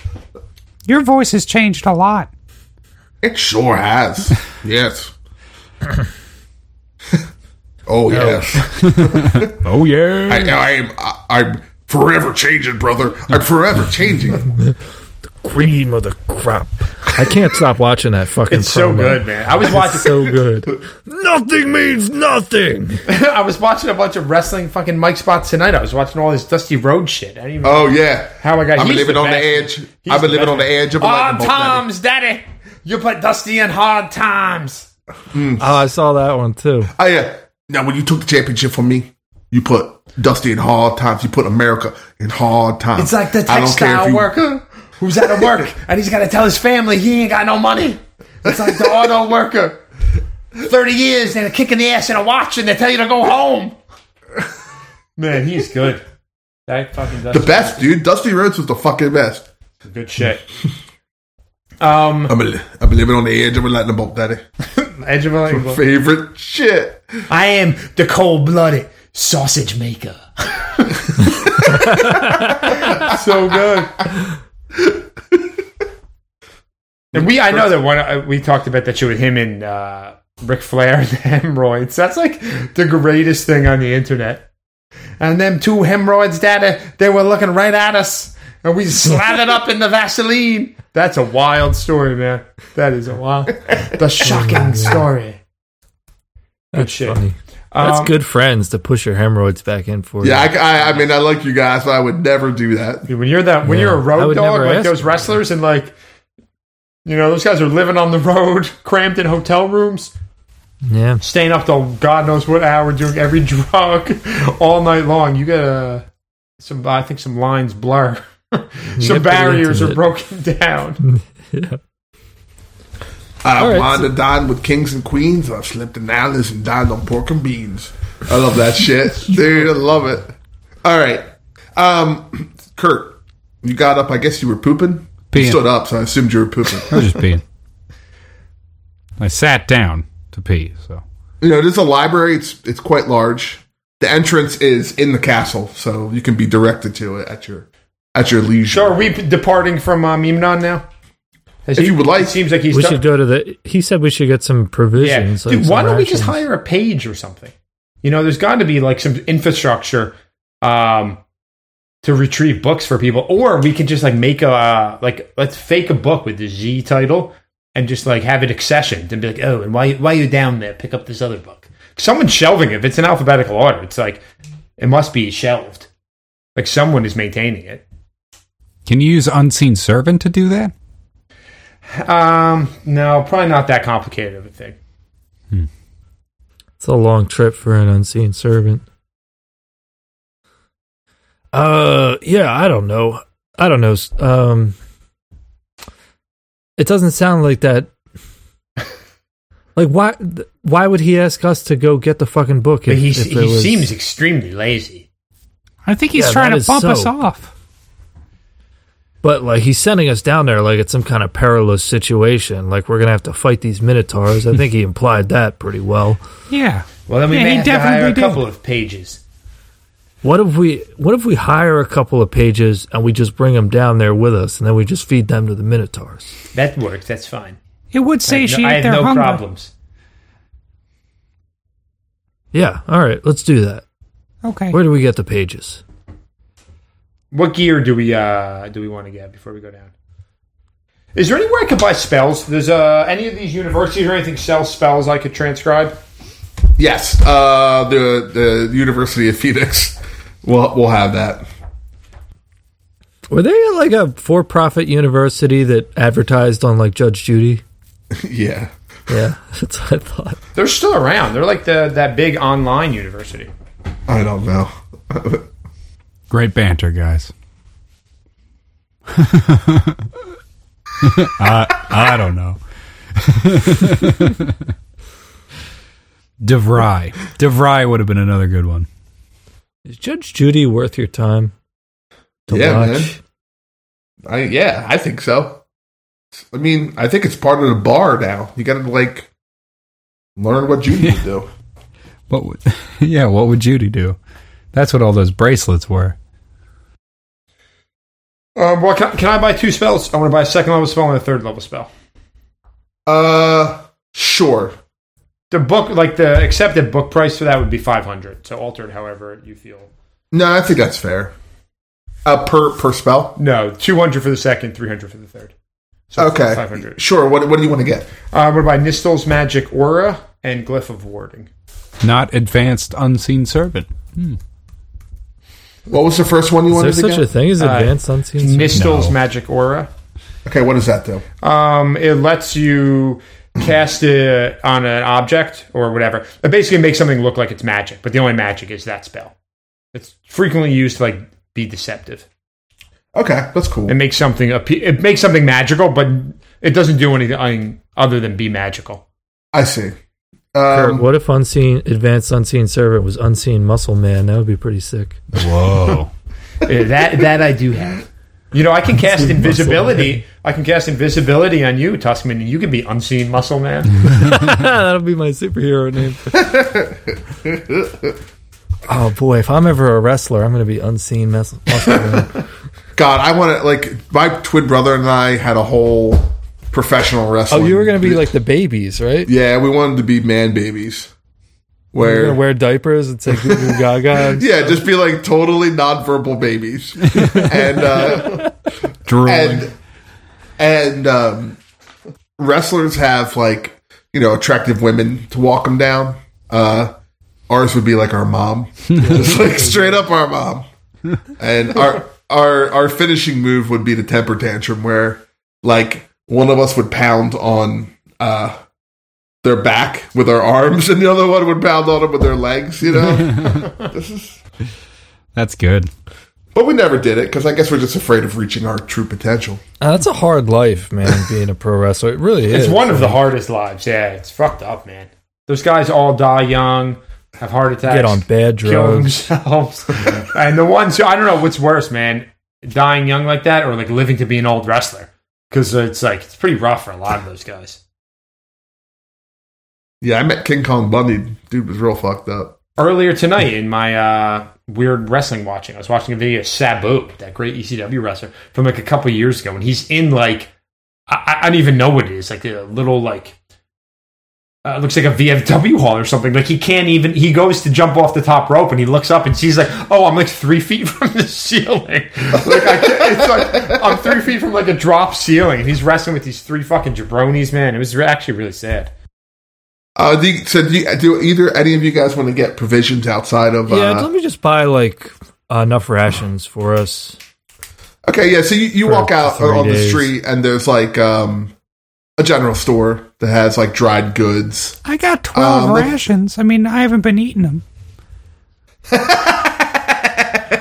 Your voice has changed a lot.
It sure
[laughs]
has.
[coughs]
yes. oh,
[laughs]
yes.
Oh yeah.
I, I am, I, I'm forever changing, brother. I'm forever
[laughs]
changing.
cream of the crop. I can't stop watching that fucking.
It's so
promo.
good, man. I was
It's
watching.
so good. nothing means nothing.
[laughs] I was watching a bunch of wrestling fucking mic spots tonight. I was watching all this Dusty Road shit. I didn't even.
Oh, yeah.
How I got-
I've been
he's
living
the
on the
best.
edge.
He's Ah,
I've been
the
living
best.
on the edge of a lightning
Hard
bolt, Maddie.
times, daddy. You put Dusty in hard times.
Oh, I saw that one too.
Oh yeah. Now when you took the championship from me, you put Dusty in hard times. You put America in hard times.
It's like the
I don't care if
textile
you-
worker who's out of
[laughs]
work and he's got to tell his family he ain't got no money. It's like the auto worker. 30 years and a kick in the ass and a watch and they tell you to go home. Man, he's good. That fucking
The
does
best, dude. Dusty Rhodes was the fucking best.
good shit. Um,
I'm, a, I'm living on the edge of a lightning bolt, daddy. [laughs]
Edge of Illegal.
Favorite shit.
I am the cold-blooded sausage maker.
so good. and we, I know that one uh, we talked about that shit with him and uh, Ric Flair and [laughs] the hemorrhoids. That's like the greatest thing on the internet. And them two hemorrhoids, daddy, they were looking right at us, and we slathered up in the Vaseline. That's a wild story, man. That is a
[laughs]
wild, the shocking story.
That's
shit.
funny. That's
Um,
good friends to push your hemorrhoids back in for
Yeah,
you.
I, I, I mean, I like you guys, but I would never do that.
When you're that, when
Yeah.
you're a
I
road
would
dog
never
like
ask
those
him.
wrestlers, and like, you know, those guys are living on the road, [laughs] cramped in hotel rooms,
yeah.
staying up till God knows what hour, doing every [laughs] drug all night long. You get uh, some, I think, some lines blur, [laughs]
pretty
some barriers are
intimate.
broken [laughs]
[laughs]
down.
I
right,
wanted to dine Uh, with kings and queens. I've slept in alleys and dined on pork and beans. I love that shit, dude. I love it. All right, um, [clears throat] Kurt, you got up. I guess you were pooping. You
Peeing.
stood up, so I assumed you were pooping.
I was just peeing. I sat down to pee. So
you know, there's a library. It's it's quite large. The entrance is in the castle, so you can be directed to it at your at your leisure.
So are we p- departing from um, Imnan now? Has
If you would like.
it seems like he's
We
done-
should go to the. He said we should get some
Yeah,
provisions. like
dude, why
some
don't we just
rations.
hire a page or something? You know, there's got to be like some infrastructure um, to retrieve books for people, or we can just like make a uh, like let's fake a book with the Z title and just like have it accessioned and be like, oh, and why why you down there? Pick up this other book. Someone's shelving it. If it's in alphabetical order, it's like it must be shelved. Like someone is maintaining it.
can you use unseen servant to do that?
Um, no, probably not that complicated of a thing.
It's a long trip for an unseen servant. Uh, yeah, I don't know. I don't know. Um, it doesn't sound like that. Like why? th- Why would he ask us to go get the fucking book?
But
If,
he
if
he
it was-
seems extremely lazy.
I think he's
Yeah,
trying
that
to
is
bump us
so-
off.
But like he's sending us down there like it's some kind of perilous situation. Like we're gonna have to fight these minotaurs. I think he implied that pretty well.
Yeah.
Well, then we
Yeah,
may
he
have to hire
definitely
a
did.
couple of pages.
What if we what if we hire a couple of pages and we just bring them down there with us and then we just feed them to the minotaurs?
That works. That's fine.
It would
I have
satiate
no, I have
their
no
hunger.
problems.
Yeah, all right, let's do that.
Okay.
Where do we get the pages?
What gear do we uh do we want to get before we go down? Is there anywhere I could buy spells? Does uh any of these universities or anything sell spells I could transcribe?
Yes, uh, the the University of Phoenix. We'll we'll have that. [laughs]
Were they like a for-profit university that advertised on like Judge Judy?
yeah.
Yeah, [laughs] that's what I thought.
They're still around. They're like the that big online university.
I don't know.
Great banter, guys. [laughs] I, I don't know. [laughs] DeVry. DeVry would have been another good one.
Is Judge Judy worth your time to
Yeah,
watch?
man. I yeah, I think so. I mean, I think it's part of the bar now. You got to like learn what Judy would
[laughs]
do.
What would, [laughs] yeah, what would Judy do? That's what all those bracelets were.
Um, well, can, can I buy two spells? I want to buy a second level spell and a third level spell.
Uh, sure.
The book, like the accepted book price for that would be five hundred. So altered, however you feel.
No, I think that's fair. Uh, per per spell.
No, two hundred for the second, three hundred for the third. So
Okay,
five hundred.
sure. What what do you want to get?
Uh, what about Nistel's magic aura and glyph of warding?
Not advanced unseen servant.
What was the first one you
Is
wanted
there
to
such
get?
a thing as advanced unseen? Servant?
Nistel's
No.
magic aura.
okay, what does that do?
Um, it lets you cast it on an object or whatever. It basically makes something look like it's magic, but the only magic is that spell. It's frequently used to like be deceptive.
Okay, that's cool.
It makes something appe- it makes something magical, but it doesn't do anything other than be magical.
I see.
Kurt,
Um,
what if unseen advanced unseen servant was unseen muscle man? That would be pretty sick.
Whoa.
[laughs] that that I do have.
You know, I
[laughs]
can cast invisibility. I can cast invisibility on you, Tuskman, and you can be unseen
[laughs]
muscle man.
Ah, That'll be my superhero name. [laughs] oh boy, if I'm ever a wrestler, I'm going to be unseen mus- muscle man.
God, I want to like my twin brother and I had a whole professional wrestling.
[laughs] Oh, you were going to be like the babies, right?
yeah, we wanted to be man babies.
You're
Where
going to wear diapers and say goo [laughs] goo gaga.
yeah, just be like totally nonverbal babies, and uh,
Drooling.
and and um, wrestlers have like you know attractive women to walk them down. Uh, ours would be like our mom, just like straight up our mom, and our our our finishing move would be the temper tantrum where like one of us would pound on uh their back with our arms and the other one would pound on them with their legs you know
That's good.
But we never did it because I guess we're just afraid of reaching our true potential.
Uh, that's a hard life, man, being a pro wrestler. It really is.
it's one of the hardest lives. Yeah, it's fucked up, man. Those guys all die young, have heart attacks,
Get on bad
kill
drugs.
themselves, [laughs] and the ones who I don't know what's worse, man, dying young like that or like living to be an old wrestler because it's like it's pretty rough for a lot of those guys.
Yeah, I met King Kong Bundy. Dude was real fucked up.
Earlier tonight, in my uh, weird wrestling watching, I was watching a video of Sabu, that great ECW wrestler from like a couple years ago, and he's in like I, I- I don't even know what it is, like a little like uh, it looks like a VFW hall or something. Like he can't even. He goes to jump off the top rope and he looks up and sees like, oh, I'm like three feet [laughs] from the ceiling. Like, I, can't- it's like I'm three feet from like a drop ceiling, and he's wrestling with these three fucking jabronis, man. It was re- actually really sad.
Uh, do you, so do, you, do either any of you guys want to get provisions outside of?
Yeah,
uh,
let me just buy like uh, enough rations for us.
okay, yeah. So you, you
For
walk out uh,
three
on the
days.
street and there's like um, a general store that has like dried goods.
I got 12
Um, look-
rations. I mean, I haven't been eating them.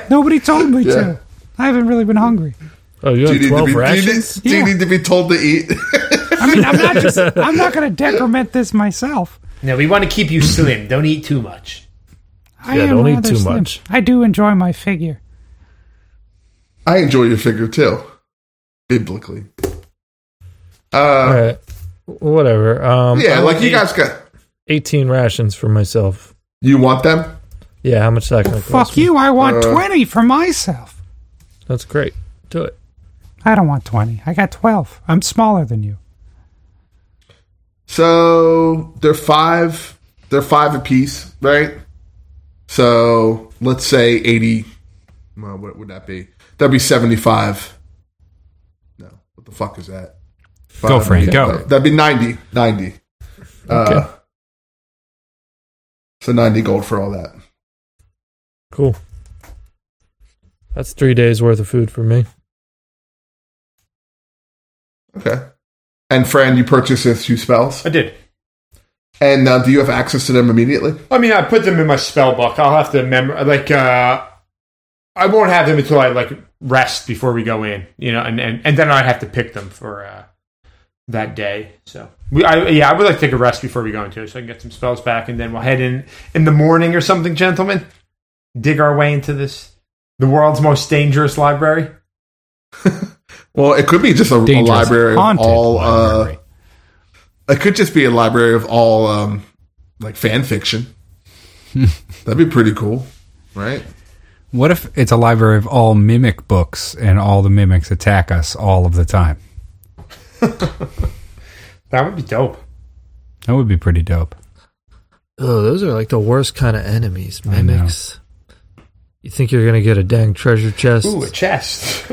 Nobody told me to. I haven't really been hungry.
Oh, you
Do you,
have
need to be,
twelve
do, you need,
rations?
do you
Yeah.
need to be told to eat? [laughs]
I mean, I'm not just, I'm not going to decrement this myself.
No, we want to keep you slim. Don't eat too much.
I
Yeah,
am
don't eat
rather
too
slim.
much.
I do enjoy my figure.
I enjoy your figure too, biblically. Uh,
All right, whatever. Um,
yeah,
I
like
want
you
eight-
guys got.
eighteen rations for myself.
You want them?
Yeah, how much is that going to cost?
Fuck
me?
you. I want
Uh,
20 for myself.
That's great. Do it.
I don't want 20. I got 12. I'm smaller than you.
So they're five. They're five apiece, right? So let's say eighty. Well, what would that be? That'd be seventy-five. No, what the fuck is that?
Go, Frank, go.
That'd be ninety. Ninety. Uh, so ninety gold for all that.
Cool. That's three days worth of food for me.
Okay. And Fran, you purchased those two spells.
I did.
And uh, do you have access to them immediately?
I mean, I put them in my spell book. I'll have to remember. Like, uh, I won't have them until I like rest before we go in. You know, and and, and then I have to pick them for uh, that day. So we, I, yeah, I would like to take a rest before we go into it, so I can get some spells back, and then we'll head in in the morning or something, gentlemen. Dig our way into this the world's most dangerous library.
Well, it could be just a, a
Dangerous,
library of
haunted
all.
library.
Uh, it could just be a library of all um, like fan fiction. That'd be pretty cool, right?
What if it's a library of all mimic books and all the mimics attack us all of the time?
That would be dope.
That would be pretty dope.
Oh, those are like the worst kind of enemies, mimics. You think you're gonna get a dang treasure chest,
Ooh, a chest.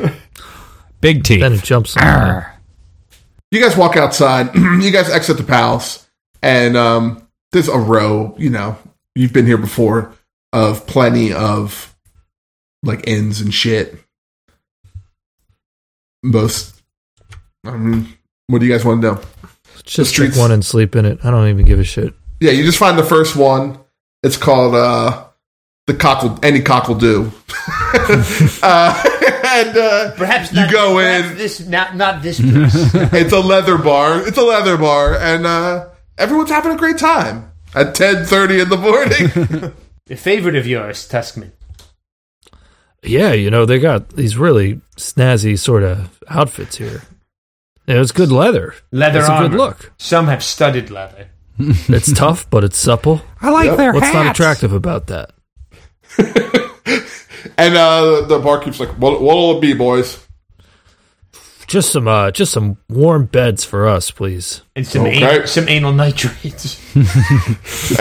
Big teeth.
then it jumps on
Arr.
you guys walk outside [clears throat] you guys exit the palace and um, there's a row you know you've been here before of plenty of like inns and shit most I mean, what do you guys want to do
Just
streets-
pick one and sleep in it. I don't even give a shit.
yeah you just find the first one it's called uh the cockle any cockle do [laughs] uh, [laughs] and uh
[laughs]
Perhaps
You
not,
go
perhaps
in.
This not not this place.
it's a leather bar. It's a leather bar, and uh, everyone's having a great time at ten thirty in the
[laughs]
morning.
a favorite of yours, Tuskman.
Yeah, you know they got these really snazzy sort of outfits here. Yeah, it's good leather.
Leather
It's a
armor.
good look.
Some have studded leather.
It's tough, but it's supple.
I like their
What's
hats.
not attractive about that?
and uh, the barkeep's like, "What what'll it be, boys?"
Just some, uh, just some warm beds for us, please.
And some
Okay.
anal, some anal
[laughs]
nitrates.
Hey. [laughs]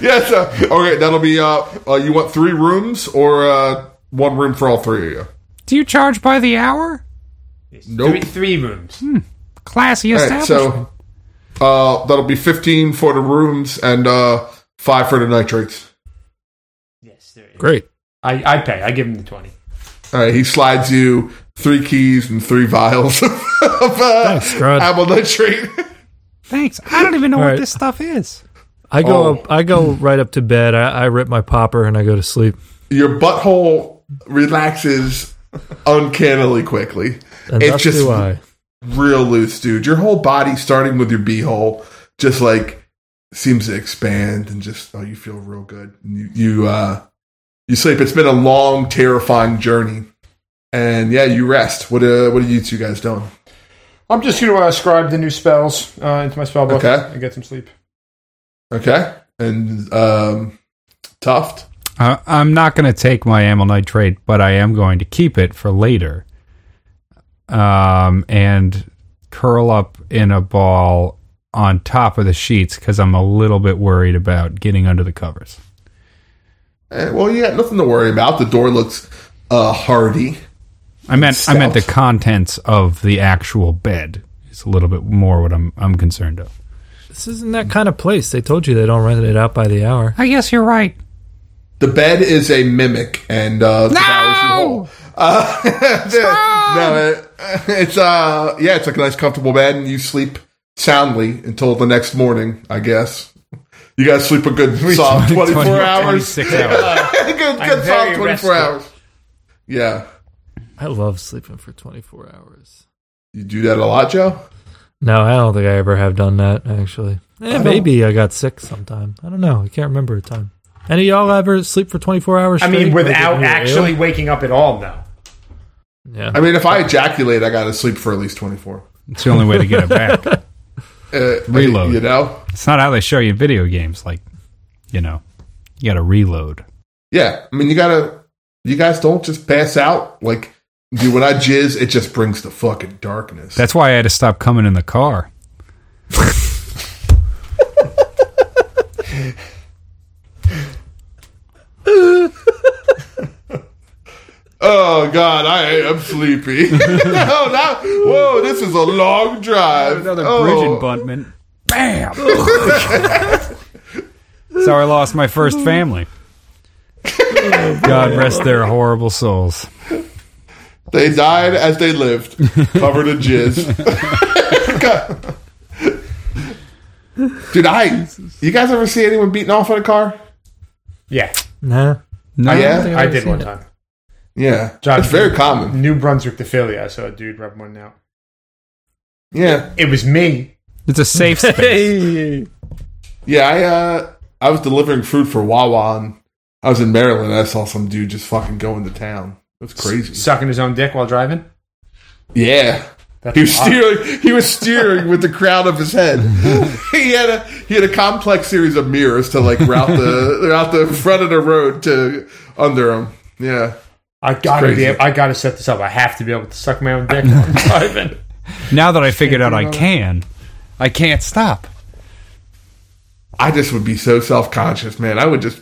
yes. Uh, okay, that'll be. Uh, uh, you want three rooms or uh, one room for all three of you?
Do you charge by the hour?
Nope.
Three, three rooms.
Classy
All right,
establishment.
so uh, that'll be fifteen for the rooms and uh, five for the nitrates.
Yes, there is.
Great.
I, I pay. I give him the twenty.
All right, he slides you three keys and three vials [laughs] of uh,
Scrod.
apple nitrate. [laughs]
Thanks. I don't even know
All
what
right.
this stuff is.
I go, up, I go right up to bed. I, I rip my popper and I go to sleep.
Your butthole relaxes uncannily quickly.
And
it's
thus
just
do I.
real loose, dude. Your whole body, starting with your beehole, just like seems to expand and just oh, you feel real good. And You you uh, you sleep. It's been a long, terrifying journey, and yeah, you rest. What uh, what are you two guys doing?
I'm just going to uh, scribe the new spells uh, into my spell book
Okay.
and get some sleep.
Okay, and um, Tuft.
I, I'm not going to take my amyl nitrate, but I am going to keep it for later. Um, and curl up in a ball on top of the sheets because I'm a little bit worried about getting under the covers.
Eh, well, you got nothing to worry about. The door looks uh, hardy.
I meant I meant the
Stout.
contents of the actual bed is a little bit more what I'm I'm concerned of.
This isn't that kind of place. They told you they don't rent it out by the hour.
I guess you're right.
The bed is a mimic, and uh, no!
No!
Uh, [laughs] no, it, [laughs] it's uh, yeah, it's like a nice, comfortable bed, and you sleep soundly until the next morning. I guess you guys sleep a good soft twenty four hours. [laughs]
26 hours.
good good soft
very
twenty
restful.
four hours. Yeah,
I love sleeping for 24 hours.
you do that a lot, Joe.
No, I don't think I ever have done that, actually. Eh, maybe I got sick sometime. I don't know. I can't remember a time. Any of y'all ever sleep for 24 hours
I
straight?
mean,
Like, when
without
you're
actually
ill?
waking up at all, though.
Yeah.
I mean, if I ejaculate, I got to sleep for at least twenty four.
It's the only way to get
[laughs]
it back.
Uh,
Reload.
you know.
It's not how they show you in video games. Like, you know, you got to reload.
Yeah, I mean, you gotta. You guys don't just pass out like, dude. When I jizz, it just brings the fucking darkness.
That's why I had to stop coming in the car.
oh god, I am sleepy. [laughs] no, not, whoa, this is a long drive. Oh.
buntman.
[laughs]
Bam! so I lost my first family. God rest their horrible
Oh,
souls.
They died as they
[laughs]
lived, covered in jizz. God. Dude, I. You guys ever see anyone beating off in a car?
Yeah,
Nah.
No,
Oh,
don't
yeah?
think
I
ever
did
seen
one
it.
time.
Yeah,
John-
it's very common.
New Brunswick to Philly, I saw a dude rub one out.
Yeah,
It was me.
It's a safe space.
Hey.
yeah. I uh, I was delivering food for Wawa, and I was in Maryland. I saw some dude just fucking going to town. That's crazy.
Sucking his own dick while driving.
yeah,
That's
he was
wild.
steering. He was steering with the crown of his
[laughs]
head. he had a he had a complex series of mirrors to like route the [laughs] route the front of the road to under him. Yeah.
I gotta be.
crazy.
Able, I gotta set this up. I have to be able to suck my own dick. while I'm driving.
now that I figured out I can, I can't stop.
I just would be so self conscious, man. I would just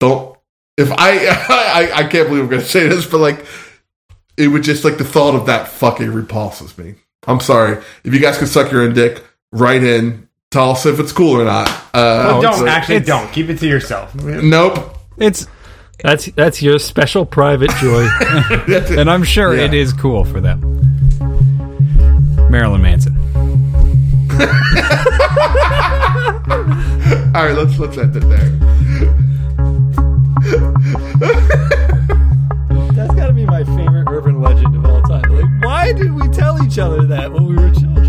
don't. If I, [laughs] I, I can't believe I'm going to say this, but like, it would just like the thought of that fucking repulses me. I'm sorry. If you guys could suck your own dick, write in. Tell us if it's cool or not. Uh,
But
it's
don't
like-
actually
it's-
don't keep it to yourself.
Nope.
It's
That's that's your special private [laughs] joy.
and I'm sure
Yeah.
it is cool for them. Marilyn Manson.
All right, let's let's end it there.
that's got to be my favorite urban legend of all time. Like, why did we tell each other that when we were children?